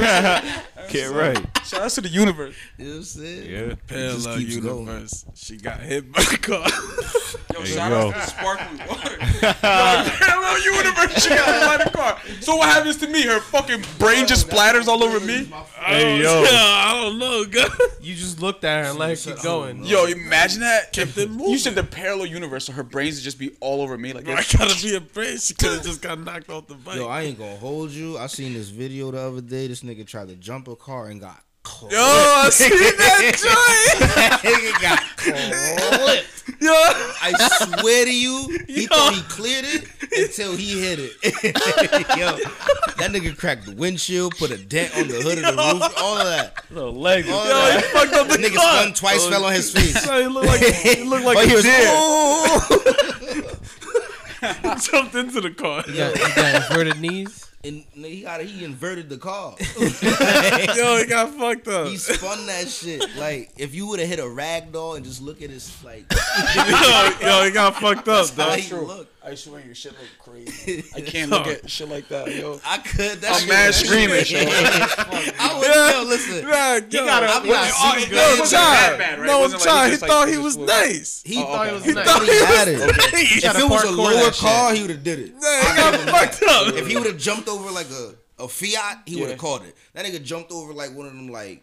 Get right.
Shout out to the universe.
You know what I'm saying?
Yeah.
Parallel
keeps going.
universe. She got hit by a car.
Yo,
There you
shout out
go.
to the sparkling water. Yo, parallel universe. She got a lighter car. So what happens to me? Her fucking brain just splatters all over me.
Hey
Yo,
yo.
I don't know, God.
You just looked at her and let her keep going.
Yo, imagine that. Kept it moving. You said the parallel universe, so her brains would just be all over me like
Bro, I
this.
gotta be a bitch. She could have just got knocked off the bike.
Yo, I ain't gonna hold you. I seen this video the other day. This nigga tried to jump a car and got clipped.
Yo, I see that joint.
nigga got clipped.
Yo,
I swear to you, he thought he cleared it until he hit it. Yo, that nigga cracked the windshield, put a dent on the hood of the roof, all of that.
Little legs.
All of
yo, he
that.
fucked up
The
the
nigga
car.
spun twice, fell on his face.
Yo, he looked like he looked like
But he
a
was
deer.
"Ooh."
Jumped into the car.
You got, you got inverted knees.
and nigga, he got he inverted the car.
Yo, he got fucked up.
He spun that shit. Like if you would have hit a rag doll and just look at his like
yo, yo, he got fucked up,
how
dog.
he looked.
I swear your shit look crazy. I can't
Oh,
look at shit like that, yo.
I could. That
I'm
shit
mad
was-
screaming, yo.
I would yo, listen.
Yeah, yo,
I'm not
it
super
wasn't
no,
that
child.
bad, right? It
No,
wasn't like
child. He
he just, like,
thought he
just
was
was-
nice.
He
Oh,
thought
okay.
it was
He
nice.
thought
he
he
had
was
it.
nice.
If it was a
parkour
lower
that shit.
car, he would have did it.
Yeah, he got fucked up.
If he would have jumped over like a, a Fiat, he would
Yeah.
have caught it. That nigga jumped over like one of them like,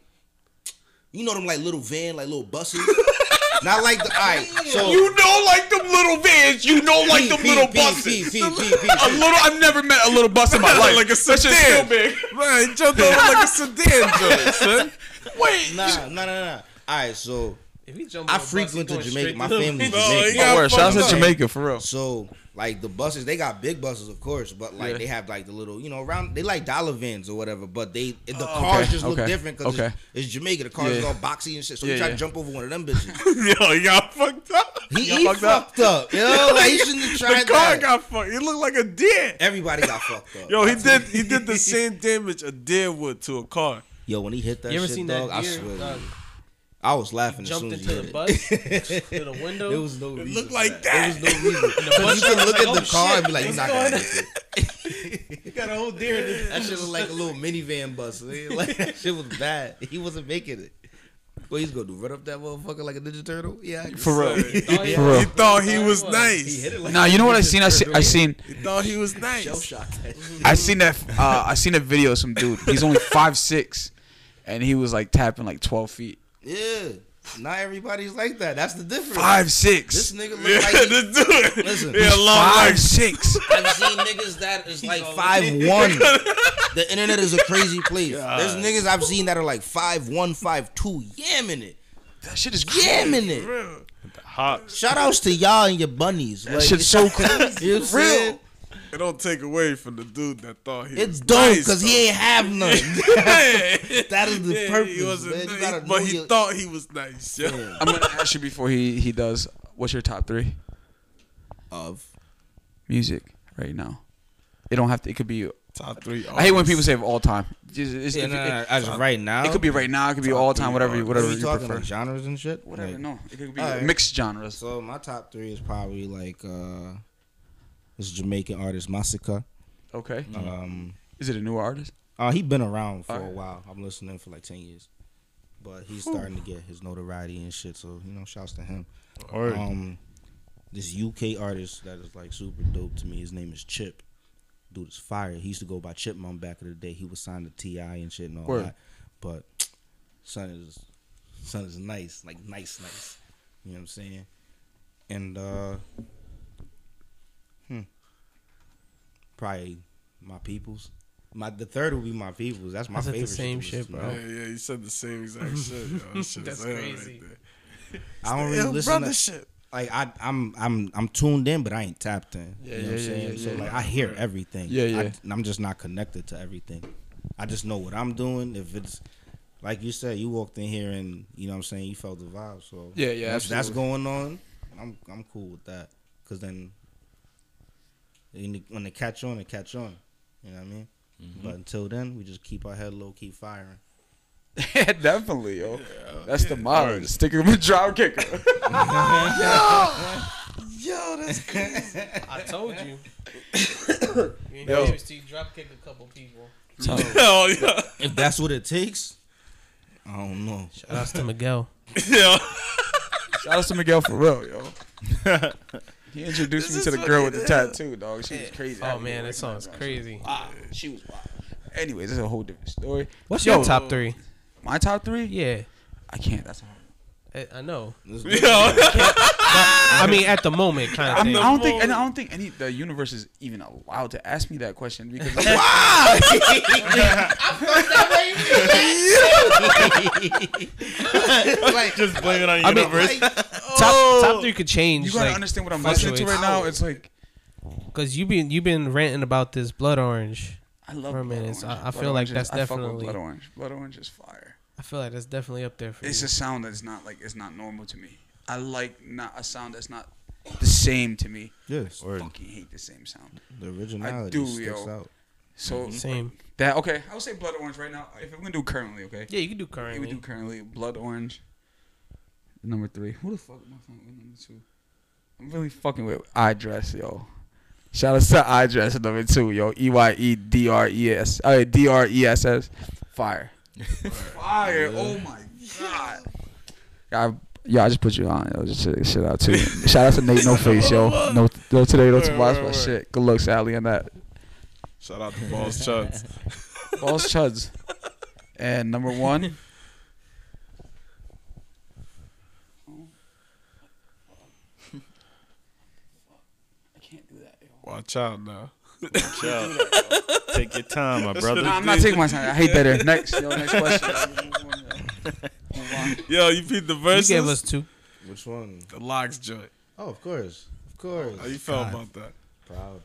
you know them like little van, like little buses. Not like the all right.
Oh.
So
You know, like them little vans. You know, like them
Pee,
little
pee, pee,
buses.
pee, pee, pee,
A
pee.
little. I've never met a little bus in my life.
like a
That shit's still
sedan.
big.
Right, jumped over like a sedan, joint, son.
Wait.
Nah, nah, nah, nah. All right, so
If he jump on
I
a bus, he
frequent to
going
Jamaica.
straight
My
to the-
family's
No,
Oh,
he
Jamaican.
got
Word, shout out
fucked
to
up.
Jamaica for real.
So like the buses, they got big buses, of course, but like
Yeah.
they have like the little, you know, around they like dollar vans or whatever. But they the cars just look
okay,
different because
okay.
it's, it's Jamaica. The cars is
Yeah.
all boxy and shit. So
Yeah,
he tried
yeah.
to jump over one of them bitches.
Yo, he got fucked up.
He, he fucked, up. Yo, like, he shouldn't have
The
tried
car
that.
got fucked. He looked like a deer.
Everybody got fucked up.
Yo, he did. He did the same damage a deer would to a car.
Yo, when he hit that
You ever
shit,
seen
dog,
that
I
deer?
swear.
dog,
I was laughing as soon
jumped
as
into the
he hit
bus,
it.
through the window.
There was no reason.
looked
for
like
There was no reason. Because you
bus
can look
was
at
like,
the
"Oh,
car
shit,
and be like, you're
what's
not
going
gonna
on?"
make it.
You got a whole deer. in it.
That shit was like a little minivan bus. nigga. Like that shit was bad. He wasn't making it. Well, he's gonna do run up that motherfucker like a Ninja Turtle. Yeah, I
For real.
Oh, yeah.
For real.
He thought he
Oh,
was
he was.
He
nice.
hit it like
Nah, you know what I seen? I seen, I seen,
He thought he was
shell
nice.
shock. that shit.
I seen that. Uh, I seen a video of some dude. He's only five six, and he was like tapping like twelve feet.
Yeah, not everybody's like that. That's the difference.
Five
This
six.
nigga look
Yeah,
like
this dude.
Listen.
yeah, long
Five
legs.
six.
I've seen niggas that is like five one. The internet is a crazy place. There's niggas I've seen that are like five one, five two, yamming it,
That shit is crazy.
yamming it.
Hops.
Shout outs to y'all and your bunnies. Like,
shit's so
crazy. It's real.
It don't take away from the dude that thought he.
It's
was
dope
nice,
because he ain't have none.
though.
that is the
Yeah,
purpose,
He wasn't
man. You
nice,
gotta
but
know
he
your-
thought he was nice. Yo.
Yeah.
I'm gonna ask you before he he does. What's your top three
of.
music right now? It don't have to. It could be.
Top three.
I hate when people say of all time. Just- it's-
Yeah,
if
nah,
you-
nah, uh, as of right now,
It could be right now. It could be all time. Whatever. you-
What
Whatever
are we
you
talking
prefer.
like genres and shit?
Whatever.
Like,
No, it could be
Alright.
mixed genres.
So my top three is probably like uh, this Jamaican artist Masika.
Okay.
Um,
Is it a new artist?
uh, he been around for a
Mm-hmm. Alright.
while. I'm listening for like ten years, but he's starting to get his notoriety and shit. So you know, shouts to him.
Or
Um, this UK artist that is like super dope to me. His name is Chip. Dude is fire. He used to go by Chipmunk back in the day. He was signed to Ti and shit and all
Word.
that. But son is son is nice, like nice, nice. You know what I'm saying? And uh, hmm, probably my peoples. My the third will be my peoples. That's my
I said the
favorite.
same
to listen
shit,
to.
Yeah, yeah, you said the same exact shit. Yo. That shit
That's
is ill
crazy.
Right
I don't
there.
really
Ill
listen.
brother
To,
shit.
like I, I'm, I'm, I'm tuned in, but I ain't tapped in.
Yeah,
you know what I'm
yeah, yeah,
saying?
yeah,
so
yeah,
like, I hear everything.
Yeah, yeah.
I, and I'm just not connected to everything. I just know what I'm doing. If it's like you said, you walked in here and you know what I'm saying you felt the vibe. So
Yeah, yeah,
if that's
absolutely.
going on. I'm, I'm cool with that. Cause then you ne- when they catch on, they catch on. You know what I mean?
Mm-hmm.
But until then, we just keep our head low, keep firing.
Yeah, definitely, yo. That's the motto. Sticker with drop kicker.
I told you. you ain't
Yo.
yo. See, drop kick a couple people.
Hell yeah.
If that's what it takes, I don't know.
Shout out to Miguel.
Yo,
Shout out to Miguel for real, yo. He introduced me
is
to the girl with the
fucking ill.
tattoo, dog. She was crazy. I
Oh
didn't even
man, that
recognize
song's
her.
crazy.
Ah, she was wild. Anyways, it's a whole different story.
What's
Yo,
your top three?
My top three?
Yeah,
I can't. That's hard.
I, I know.
yo,
I mean, at the moment, kind
I,
of
mean,
thing.
I don't think, and I don't think any the universe is even allowed to ask me that question because
like,
Just blame it on
I mean,
universe.
top, top three could change.
you gotta
like,
understand what I'm listening to right
fluctuates.
now. It's like
Cause you been you been ranting about this blood orange.
I love
For a
blood
minute,
orange.
so I- I
Blood
feel like
orange is-
that's
I fuck with
definitely-
blood orange. Blood orange is fire.
I feel like that's definitely up there for
it's
you.
a sound that's not like it's not normal to me. I like not a sound that's not the same to me.
yes,
I fucking hate the same sound.
the originality
do,
sticks
yo.
out.
So
Same.
that okay, I would say blood orange right now. If I'm gonna do currently, okay,
Yeah, you can do
we would do
currently.
currently blood orange. Number three. Who the fuck am I fucking with number two? I'm really fucking with I dress, yo. Shout out to I dress number two, yo. E Y E D R E S. Uh, D R E S S. Fire. Fire. Oh my god. I, yo, I just put you on. Yo, just shit, shit out too. Shout out to Nate No Face, yo. No, no today, no tomorrow. My shit. Good luck, Sally, on that.
Shout out to Balls Chucks.
Balls chuds. And number one.
Watch out now.
Take your time, my
Nah,
brother.
I'm not taking my time. I hate that. air. Next, yo, next question. Move on.
Yo, you beat the verses.
You gave us two.
Which one?
the locks joint.
Oh, of course, of course.
How Oh, you felt about that?
Proud.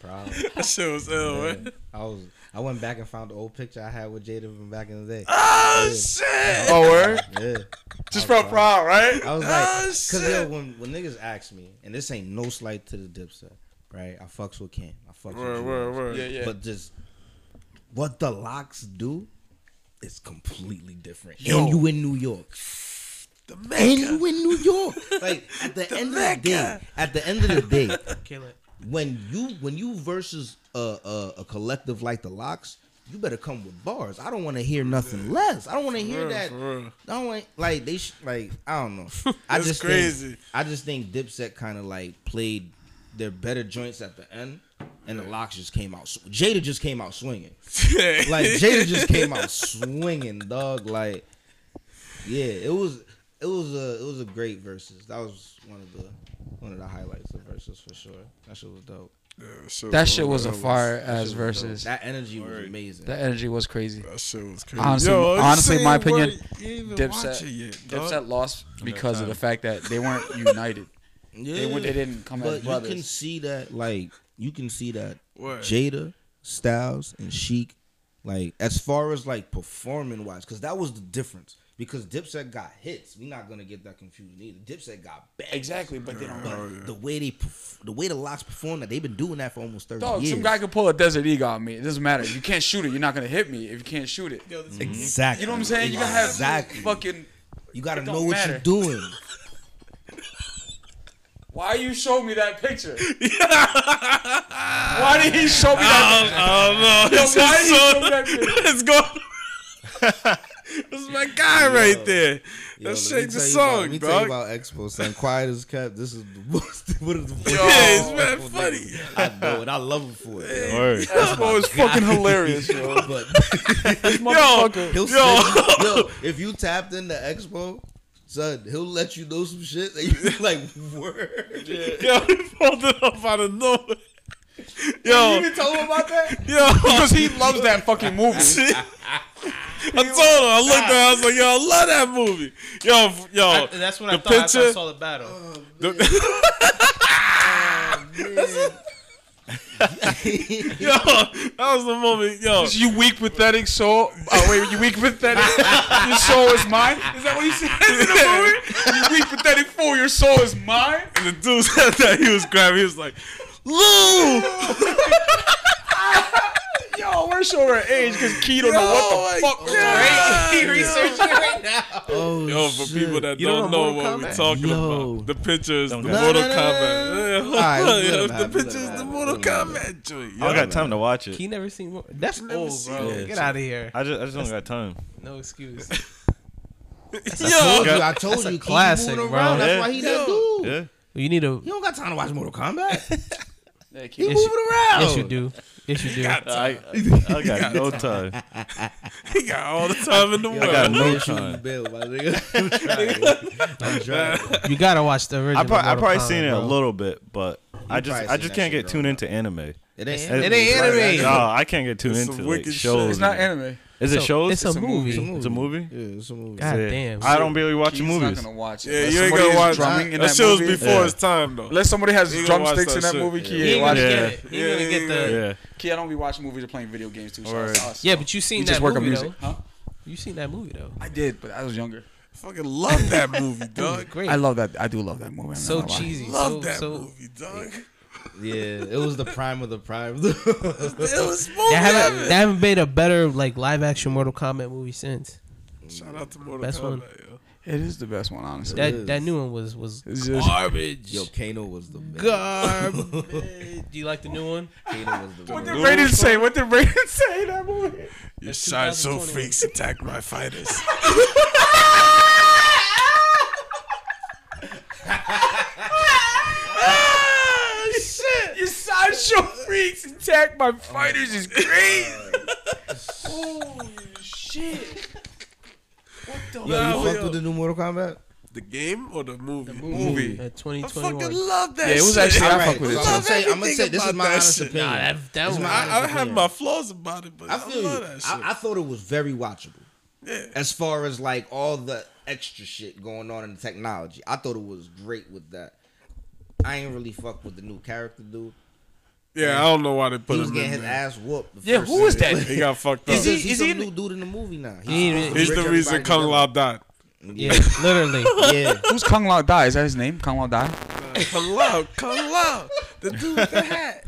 Proud.
That shit was ill, right?
Yeah. I was. I went back and found the old picture I had with Jada from back in the day.
Oh
Yeah.
shit!
Oh, word?
Yeah.
Just
I was
felt proud, right?
I was like,
Oh,
cause
shit.
yo, when, when niggas ask me, and this ain't no slight to the dipset, right? I fucks with Cam. I fucks with
Word,
you.
word, word.
Yeah, yeah.
But just what the locks do is completely different.
Yo.
And you in New York.
The
And
Mecca.
you in New York. Like at the, end of the day,
Mecca.
at the end of the day,
Kill it.
when you when you versus a, a, a collective like the locks, you better come with bars. I don't want to hear nothing less. I don't want to hear
real,
that.
for real.
I don't want like they sh- like I don't know. I
That's
just
crazy.
Think, I just think Dipset kind of like played their better joints at the end, and the locks just came out. sw- Jada just came out swinging. Like Jada just came out swinging, dog. Like yeah, it was it was a it was a great versus. That was one of the one of the highlights of versus for sure. That shit was dope.
Yeah, shit
That shit was a
ill.
fire ass
Shit was dope.
versus.
That energy was amazing.
That energy was crazy.
That shit was crazy.
Honestly,
it's
honestly,
saying
my opinion,
what you even watch
Dipset,
it yet, dog.
Dipset lost because of
time.
the fact that they weren't united.
yeah,
They were, they didn't come as
but you
brothers.
can see that like you can see that
Word.
Jada, Styles, and Chic, like as far as like performing wise, because that was the difference. Because Dipset got hits, we're not gonna get that confused either. Dipset got bangers.
Exactly, but they don't.
But the way they, perf- the way the locks perform, that they've been doing that for almost thirty
Dog,
years.
some guy could pull a Desert Eagle on me. It doesn't matter. If you can't shoot it, you're not gonna hit me. If you can't shoot it, you
exactly.
know what I'm saying? You gotta have
exactly.
fucking.
you gotta
it
know
don't
what
matter.
you're doing.
Why you show me that picture? Why did he show me that?
I don't know.
Yo,
It's
why did he show me that
just so,
picture?
it's going. That's my guy right there.
Yo,
Let's
let me
shake the
tell you
song,
about, let me
dog.
tell you about Expo, son. Quiet as kept. This is the most. What is the
yeah, it's mad funny.
I know it. I love him for it. yo.
Word.
Expo is fucking hilarious, yo.
But
This motherfucker.
he'll
Yo.
send you- yo, if you tapped into Expo, son, he'll let you know some shit that you like word.
Yo, he pulled it up out of nowhere. Yo,
even told him about that?
yo.
Because he loves that fucking movie.
I told him. I looked at. Her, I was like, "Yo, I love that movie." Yo, f- yo.
Oh,
I, that's what I
the
thought after I
picture-
saw the battle.
The- yo, that was the moment. Yo,
You weak pathetic soul. Oh wait, you weak pathetic. Your soul is mine. Is that what he says in the movie? You weak pathetic fool. Your soul is mine.
and the dude said that he was grabbing. He was like, "Lou."
Yo, we're showing our age because Key don't know what the fuck was
God.
going on.
Oh,
Yo, for
shit.
people that
You don't
don't, know,
know
what
Mortal
we're
Kombat?
talking
Yo.
about, the picture is the
Don't got-
Mortal
No, no, no,
Kombat. Yeah, hold
right,
on,
let
yo,
him
the
have it,
picture is
let him
the
have it,
Mortal
let him have
Kombat joint.
I don't
yo.
got time to watch it.
He never seen more. That's
never
old,
seen
bro.
it.
Get out of here.
I just, I just don't got time.
No excuse.
Told
Yo,
you, I told you,
classic,
keep moving
bro.
around.
Yeah.
That's why he that dude.
Yeah.
You need a.
You don't got time to watch Mortal Kombat.
Thank
He
you.
Yes,
moving around.
Yes, you do. Yes, you do.
I, I got no time.
he got all the time in the
Yo,
world.
I got
I'm
no
issuing
time.
the bill, my nigga. I'm trying. I'm trying.
You gotta watch the original.
I probably, I
Mortal
probably
Kombat,
seen it a
bro.
little bit, but I just,
probably
I
seen
just
that
can't
shit,
get
bro.
tuned into anime.
It ain't.
It
ain't anime.
No, I can't get tuned
It's some
into
wicked
like,
shit.
shows.
It's not anime.
Is it
So,
shows?
it's a movie.
It's a movie. It's a movie?
Yeah, it's a movie.
God
Yeah.
damn.
I don't really watch
Key's not
movies.
gonna watch it.
Yeah,
Unless
you ain't gonna
somebody is
watch
drumming in
that. That shit was before
Yeah.
his time though.
Unless somebody has
You ain't gonna watch
drumsticks in
that
that
shit.
movie, Key
He
ain't
ain't gonna
watching
get
Yeah.
it. He ain't gonna get the.
Yeah.
Key, I don't be watching movies or playing video games too. So
Or-
it's us.
Yeah, but you seen
we
that
just work on
movie
music,
though.
huh?
You seen that movie though.
I did, but I was younger.
Fucking love that movie, dog.
Great.
I love that. I do love that movie. I'm
so
not gonna lie.
cheesy. so
Love that
so.
movie, dog.
Yeah, it was the prime of the prime. Shout
It was
They
movie.
haven't, they haven't made a better like live action Mortal Kombat movie since.
Shout out to Mortal
Best one.
Kombat, yo.
It is the best one, honestly.
That
is.
that new one was was
It's just-
Garbage.
Yo, Kano was the man.
garbage. Do you like the new one?
Kano was the
what did
man.
Raiden say? What did Raiden say in that movie?
Your side so
2020.
freaks attack my fighters.
Shit, your sideshow freaks attack my fighters is crazy. Holy shit. What the
Yo, you fucked with the new Mortal Kombat?
the game or the movie?
The
movie.
The
I fucking
2021.
love that.
Yeah, it was
shit.
actually- I
All right,
fuck with it,
so I'm
too.
gonna say, I'm gonna say
Everything
this is
about
my
that
honest
shit.
opinion.
Nah, that, that
It's
was
my-
Oh, I, I have my flaws about it, but I,
I feel
love
you.
that shit.
I, I thought it was very watchable.
Yeah.
As far as like all the extra shit going on in the technology, I thought it was great with that. I ain't really fuck with the new character dude.
yeah, I don't know why they put
he was
him
getting
in
his
there.
ass whooped. the
Yeah,
first
who is
season.
that?
He got fucked up.
He's,
he-
just-
is
he's
he
a
in-
new dude in the movie now.
He ain't-
supposed to
He's
bridge
the reason Kung
everybody
Lao died.
Yeah, literally.
together. Yeah.
Who's Kung Lao Dai? Is that his name? Kung Lao Dai?
Kung Lao, Kung Lao, the dude with the hat.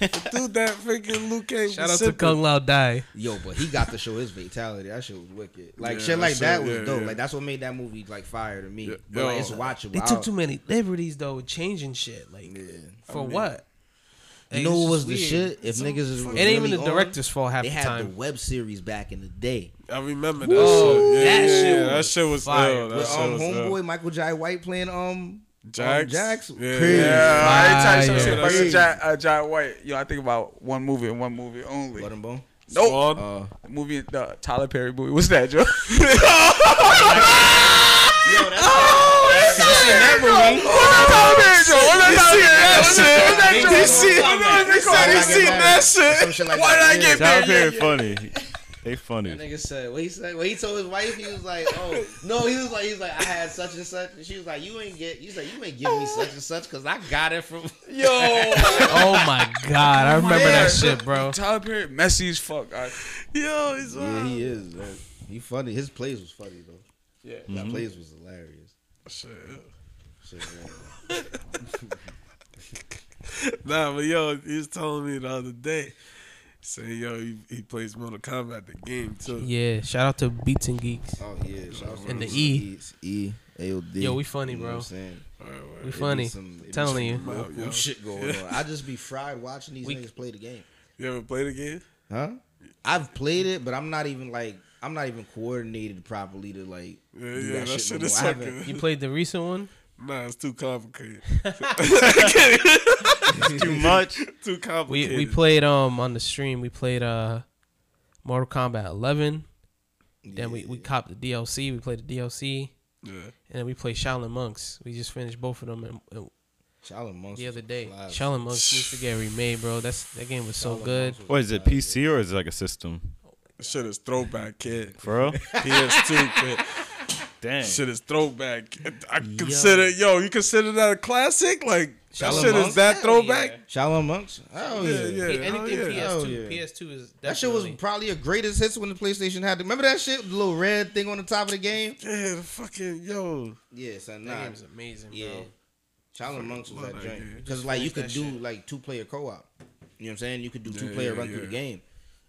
The dude that freaking Luke Cage.
Shout
was
out to
sipping.
Kung Lao Dai.
Yo, but he got to show his fatality. That shit was wicked. Like
Yeah,
shit like
so-
that was
yeah,
dope.
yeah.
Like that's what made that movie like fire to me.
Yeah,
but like,
yo.
it's watchable.
They
I-
took too many liberties though with changing shit. Like
Yeah.
for what?
You
Like,
know
it's
what was
just
the
weird.
shit? If niggas is
It ain't even
really
the
on,
director's fault half
They
the
had the
time.
web series back in the day.
I remember that
Whoa,
shit. Yeah,
that
yeah,
shit
yeah, that
was
shit was
fire.
ill. That
With
shit
um,
was uh,
homeboy
ill.
Michael Jai White playing um
Jax.
Jax?
Yeah.
Crazy.
Ah, Yeah,
Fire.
every time some shit about
Crazy.
Jack, uh, Jack White, yo, I think about one movie and one movie only.
Blood and Bone.
Nope.
Spawn.
Uh,
The movie, the Tyler Perry movie. What's that, Joe?
yo,
Oh,
that's
Tyler Perry, Joe. What's that
That shit.
They
seen-
said-
they said
They
they
said-
seen that
some
shit.
shit like
Why
that.
did I get
Tyler
buried?
Perry funny. They funny.
Nigga said what he said. When he told his wife, he was like, "Oh no," he was like, "He's like I had such and such," and she was like, "You ain't get," you said, "You ain't give me such and such because I got it from."
Yo.
Oh my god, I remember that shit, bro.
Tyler Perry, messy as fuck. I,
Yo, he's
Yeah,
wild.
he is. Man. He funny. His plays was funny though.
yeah.
That plays was hilarious.
Shit.
Shit, man.
Nah, but yo, he was telling me the other day. Saying yo, he, he plays Mortal Kombat the game too.
Yeah, shout out to Beats and Geeks.
Oh yeah, shout out to
And the
those
E.
kids. E A O D.
Yo, we funny,
You know
bro.
what I'm saying?
All right, all
We
right.
funny.
It be some- it be
Telling you.
some local
Yo, yo.
shit going on. I just be fried watching these
We-
niggas play the game.
You ever played the game?
Huh? I've played it, but I'm not even like I'm not even coordinated properly to like
Yeah, yeah, that shit
no
is
more. I haven't-
sucking.
You played the recent one?
Nah, it's too complicated.
Too much.
too
We
complicated.
we played um on the stream. We played uh Mortal Kombat 11. Then we we copped the DLC. We played the DLC,
Yeah.
and then we played Shaolin Monks. We just finished both of them and, and
Shaolin Monks
the other
was
day.
live.
Shaolin Monks needs to get remade, bro. That's that game was so
Shaolin
good.
Monks was
What is it?
live.
PC or is it like a system?
That shit is throwback, kid.
For real?
PS2, kid.
Dang.
Shit is throwback. I consider, yo, you consider that a classic? Like, that
Shaolin
shit
Monk?
is that
Hell
throwback?
yeah.
Shaolin Monks? Oh yeah.
Yeah, yeah.
Yeah,
hell
anything
yeah.
PS2.
Oh, yeah.
PS2 is
That shit was
definitely-
probably a greatest hits when the PlayStation had. The, remember that shit, the little red thing on the top of the game.
Yeah, the fucking, yo.
Yeah, son.
that
Nah,
game's amazing,
yeah.
bro.
Shaolin Monks was
love
that
that
joint
game.
because like you
finished
could
that
do
shit.
like two player co op. You know what I'm saying? You could do
Yeah,
two player
yeah,
run through the
yeah.
game,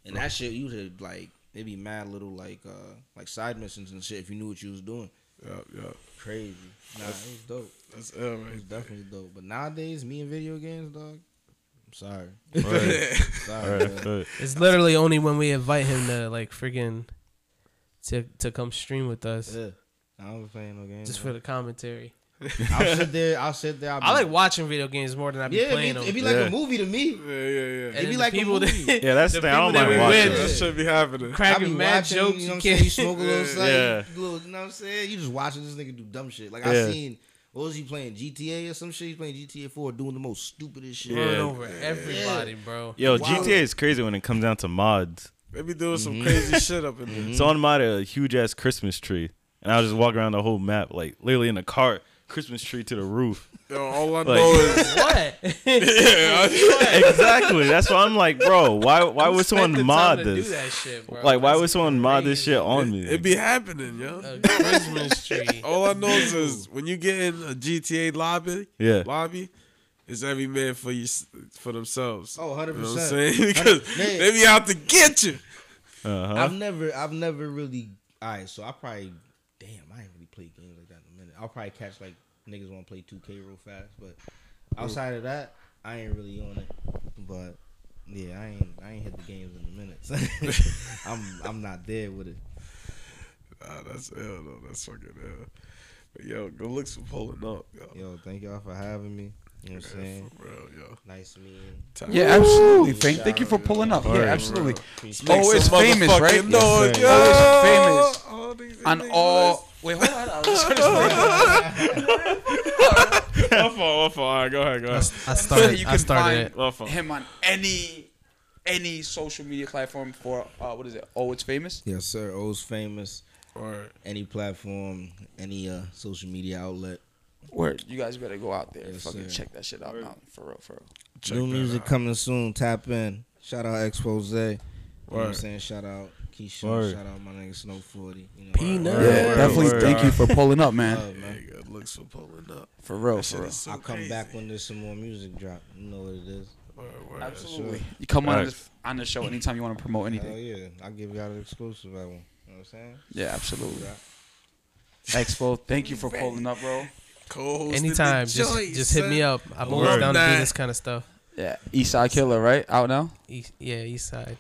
and that shit you could like it'd be mad little like uh like side missions and shit if you knew what you was doing.
Yo, yo.
Crazy. Nah, it was dope.
That's L
It was
right there.
definitely dope. But nowadays, me and video games, dog. I'm sorry.
Word. All
Sorry.
right,
man.
good.
It's literally only when we invite him to like friggin' to to come stream with us
Yeah. I don't be playing no games.
just for the commentary.
dog. I'll sit there. I'll sit there. I'll be,
I like watching video games more than I be
Yeah,
playing
it'd be,
them.
it'd be like
Yeah.
a movie to me.
Yeah, yeah, yeah.
it'd
And
be
the
like a
people that-
movie.
Yeah, that's the thing. I
people
don't
that
mind
we
watching.
with-
That should be happening.
I
cracking mad jokes.
you know what I'm
you
saying? You
can't.
smoke a little, slight,
Yeah.
little, you know what I'm saying? You just watching this nigga do dumb shit. Like
Yeah.
I seen, what was he playing? GTA or some shit? He's playing GTA 4 doing the most stupidest shit.
Yeah.
Run over everybody, bro.
Yo,
Wow.
GTA is crazy when it comes down to mods.
They be doing
Mm-hmm.
some crazy shit up in there.
Someone modded a huge ass Christmas tree, and I was just walking around the whole map, like literally in a cart, Christmas tree to the roof.
Mm-hmm.
Yo, all I
Like-
know is
What?
yeah, I-
exactly. That's why I'm like, bro, why why would someone mod this? Like, why would someone mod this shit on me?
it be happening, yo.
Christmas tree.
Oh,
All I know is when you get in a GTA lobby,
Yeah.
lobby, it's every man for you for themselves.
Oh, 100%.
You know what I'm saying? Because
Man.
they be out to get you.
Uh-huh.
I've never, I've never really. All right, so I probably, damn, I ain't really played games like that in a minute. I'll probably catch like niggas want to play 2K real fast, but outside of that, I ain't really on it. But yeah, I ain't, I ain't hit the games in a minute. So I'm, I'm not there with it.
Nah, Ah, that's ill though. That's fucking ill. But yo, good looks for pulling up, yo.
Yo, thank y'all for having me. You know what I'm saying?
For real, yo.
Nice to meet you.
Yeah, absolutely. Thank, thank you for pulling up. Yeah,
Word.
absolutely.
Appreciate
Oh, it's famous, right?
No,
Yes, sir.
yo.
It's famous.
All these-
On
these
all. Wait, hold on. I was trying to explain.
My fault. My fault. All right, go ahead. Go
I,
ahead.
s- I started.
You
I
can
started it.
find-
My fault.
him on any any social media platform for uh, what is it? Oh, it's famous.
Yes, sir. O's famous.
Word.
Any platform, any uh, social media outlet.
Word, you guys better go out there and
Yes,
fucking
sir.
check that shit out now, for real, for real.
Check
New
that
music coming soon. Tap in. Shout out Expose. You know what I'm
Word.
saying? Shout out Keisha.
Word.
Shout out my nigga Snow 40. You know,
Peanut.
Yeah,
word,
definitely.
word.
Thank you for pulling up, man.
Love,
Yeah,
man.
you got looks for pulling up.
For real,
Shit
for real.
is so
I'll come
crazy.
back when there's some more music drop. You know what it is.
Word, word.
Absolutely. You come on
Facts.
this, on the show anytime you want to promote
Hell
anything.
yeah. I'll give y'all the exclusive that one. You know what I'm saying?
Yeah, absolutely.
Yeah.
Expo, thank you for pulling up, bro.
Co-host
Anytime, just just hit me up. I'm always
Word.
down to do
Nah.
this kind of stuff.
Yeah, Eastside Killer, right? Out now.
East, yeah, East Side.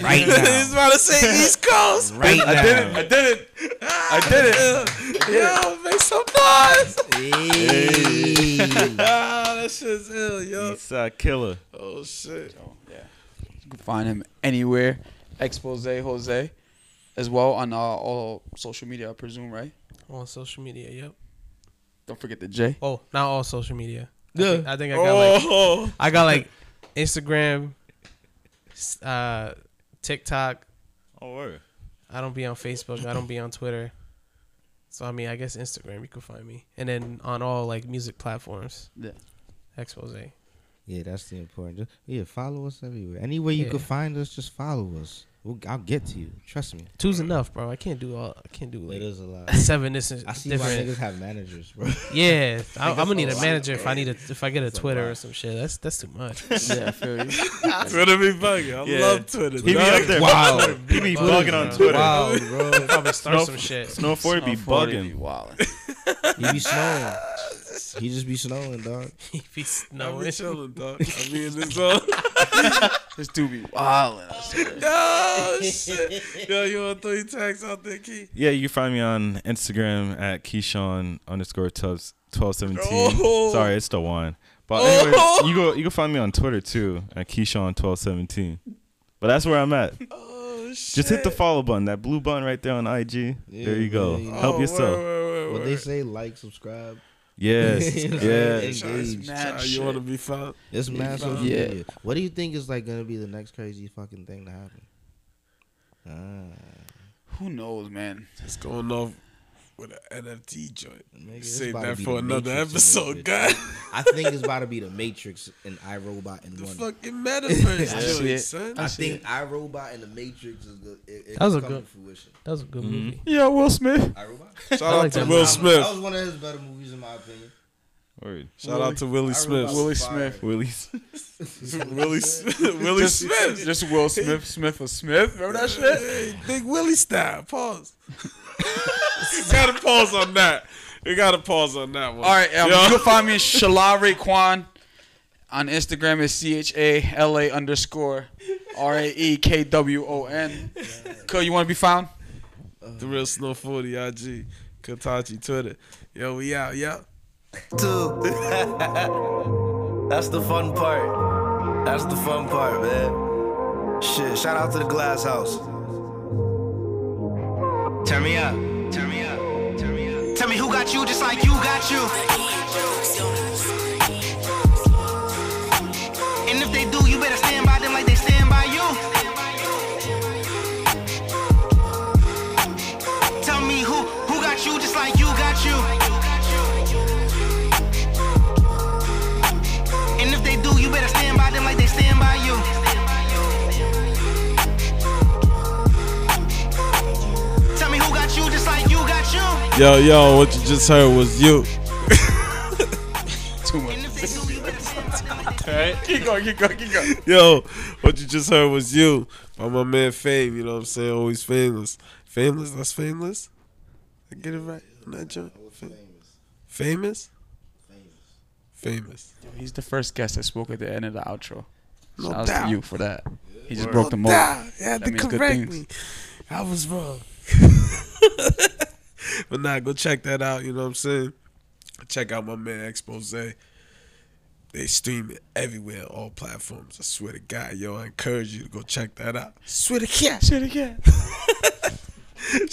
Right now.
He's about to say East Coast.
Right now.
I did it. I did it. I did it.
yo, make some noise.
Hey.
ah, that shit's ill, yo.
Eastside Killer.
Oh shit.
You can find him anywhere. Expose Jose, as well on uh, all social media, I presume, right?
On social media, yep.
Don't forget the J.
Oh, not all social media. I
Yeah.
think I, think I got like
Oh,
I got like Instagram, s- uh, TikTok.
Oh, word.
I don't be on Facebook. I don't be on Twitter. So I mean, I guess Instagram you can find me, and then on all like music platforms.
Yeah.
Expose.
Yeah, that's the important. Yeah, follow us everywhere. Anywhere you
Yeah.
can find us, just follow us. We'll, I'll get to you. Trust me.
Two's enough, bro. I can't do all. I can't do
It
like
is a lot.
seven. This is
I see
different.
why niggas have managers, bro.
Yeah, I, I'm
that's
gonna need
a
a
lot,
manager if I need a if I get a
a
Twitter
lot.
or some shit. That's that's too much.
Yeah, I feel you.
Twitter be bugging. I
Yeah.
love Twitter.
He be
dog.
up there.
Wow.
He be bugging on Twitter.
Wow, bro.
Probably start some shit.
Snow 40 be bugging.
Wildin'.
He be snowing. He just be snowing, dog.
If he's
I
snowing.
be chilling, dog. I be in this zone.
This dude be wildin'.
oh shit. Yo, you want three tags out there, Key?
Yeah, you can find me on Instagram at Keyshawn underscore Tubbs twelve seventeen.
Oh.
Sorry, it's the one. But
Oh.
anyway, you go you can find me on Twitter too at Keyshawn twelve seventeen. But that's where I'm at.
Oh shit.
Just hit the follow button, that blue button right there on IG. there you go.
yeah, yeah.
Help
Oh,
yourself.
word, word, word,
What they
word.
say, like, subscribe.
Yes. yes.
Engage.
Child, you want to be found?
It's mad social
Yeah.
media. What do you think is like gonna be the next crazy fucking thing to happen? Ah,
Who knows, man?
It's going off with an NFT joint.
nigga, it's
Save
about to
that
be
for
the
another
Matrix in a
episode,
bitch.
guy.
I think it's about to be the Matrix and iRobot in
The
one.
fucking metaverse,
I see
joint,
it.
son.
I think iRobot and the Matrix is good. It, it
That was a
come
good-
to fruition.
That was a
Mm-hmm.
good movie.
Yeah, Will Smith.
iRobot.
Shout
I
out
like
to
that
Will
movie.
Smith.
That was one of his better movies, in my opinion.
Word.
Shout out to Willie Smith.
Willie
Willie.
Willie Smith. Willie Smith.
Just Will Smith, Smith or Smith. Remember that shit?
Big Willie style. Pause. you gotta pause on that. You gotta pause on that one.
All right, um,
Yo.
you can find me Shalari Kwan on Instagram is C H A L A underscore R A E K W O N. Cool, you want to be found?
The real Snow 40 IG. Katachi Twitter. Yo, we out, yo.
too. That's the fun part. That's the fun part, man. Shit, shout out to the glass house. Turn me up. Turn me up. Turn me up. Tell me who got you just like you got you. And if they do, you better stand by them like they stand by you. Tell me who who got you just like you got you. And if they do, you better stand by them like they stand by you. Tell me who got you just like you got you.
Yo, yo, what you just heard was you.
Too much.
And if they do, you better stand by them like they
Keep going, keep going, keep going.
Yo, what you just heard was you. By my man Fame, you know what I'm saying? Always famous. Famous? That's famous? I get it right on that joint? Famous? Famous. Famous.
He's the first guest that spoke at the end of the outro.
No
Shout out
doubt.
to you for that. He just broke the
No
mold.
doubt. You had
That
to
means good
correct
things.
me. I was wrong. but nah, go check that out. You know what I'm saying? Check out my man Expose. They stream it everywhere, on all platforms. I swear to God, yo, I encourage you to go check that out. Swear to God. Swear to God.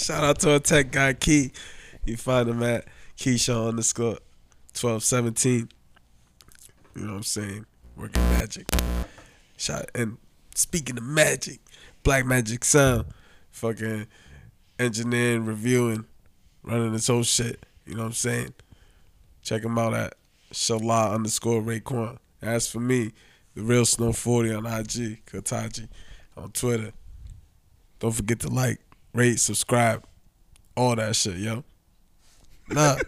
Shout out to our tech guy Key. You find him at Keyshawn underscore twelve seventeen. You know what I'm saying? Working magic. Shout and speaking of magic, Black Magic Sound, fucking engineering, reviewing, running this whole shit. You know what I'm saying? Check him out at Shala underscore Raekwon. As for me, the real Snow 40 on IG, Kataji on Twitter. Don't forget to like, rate, subscribe, all that shit, yo. Nah.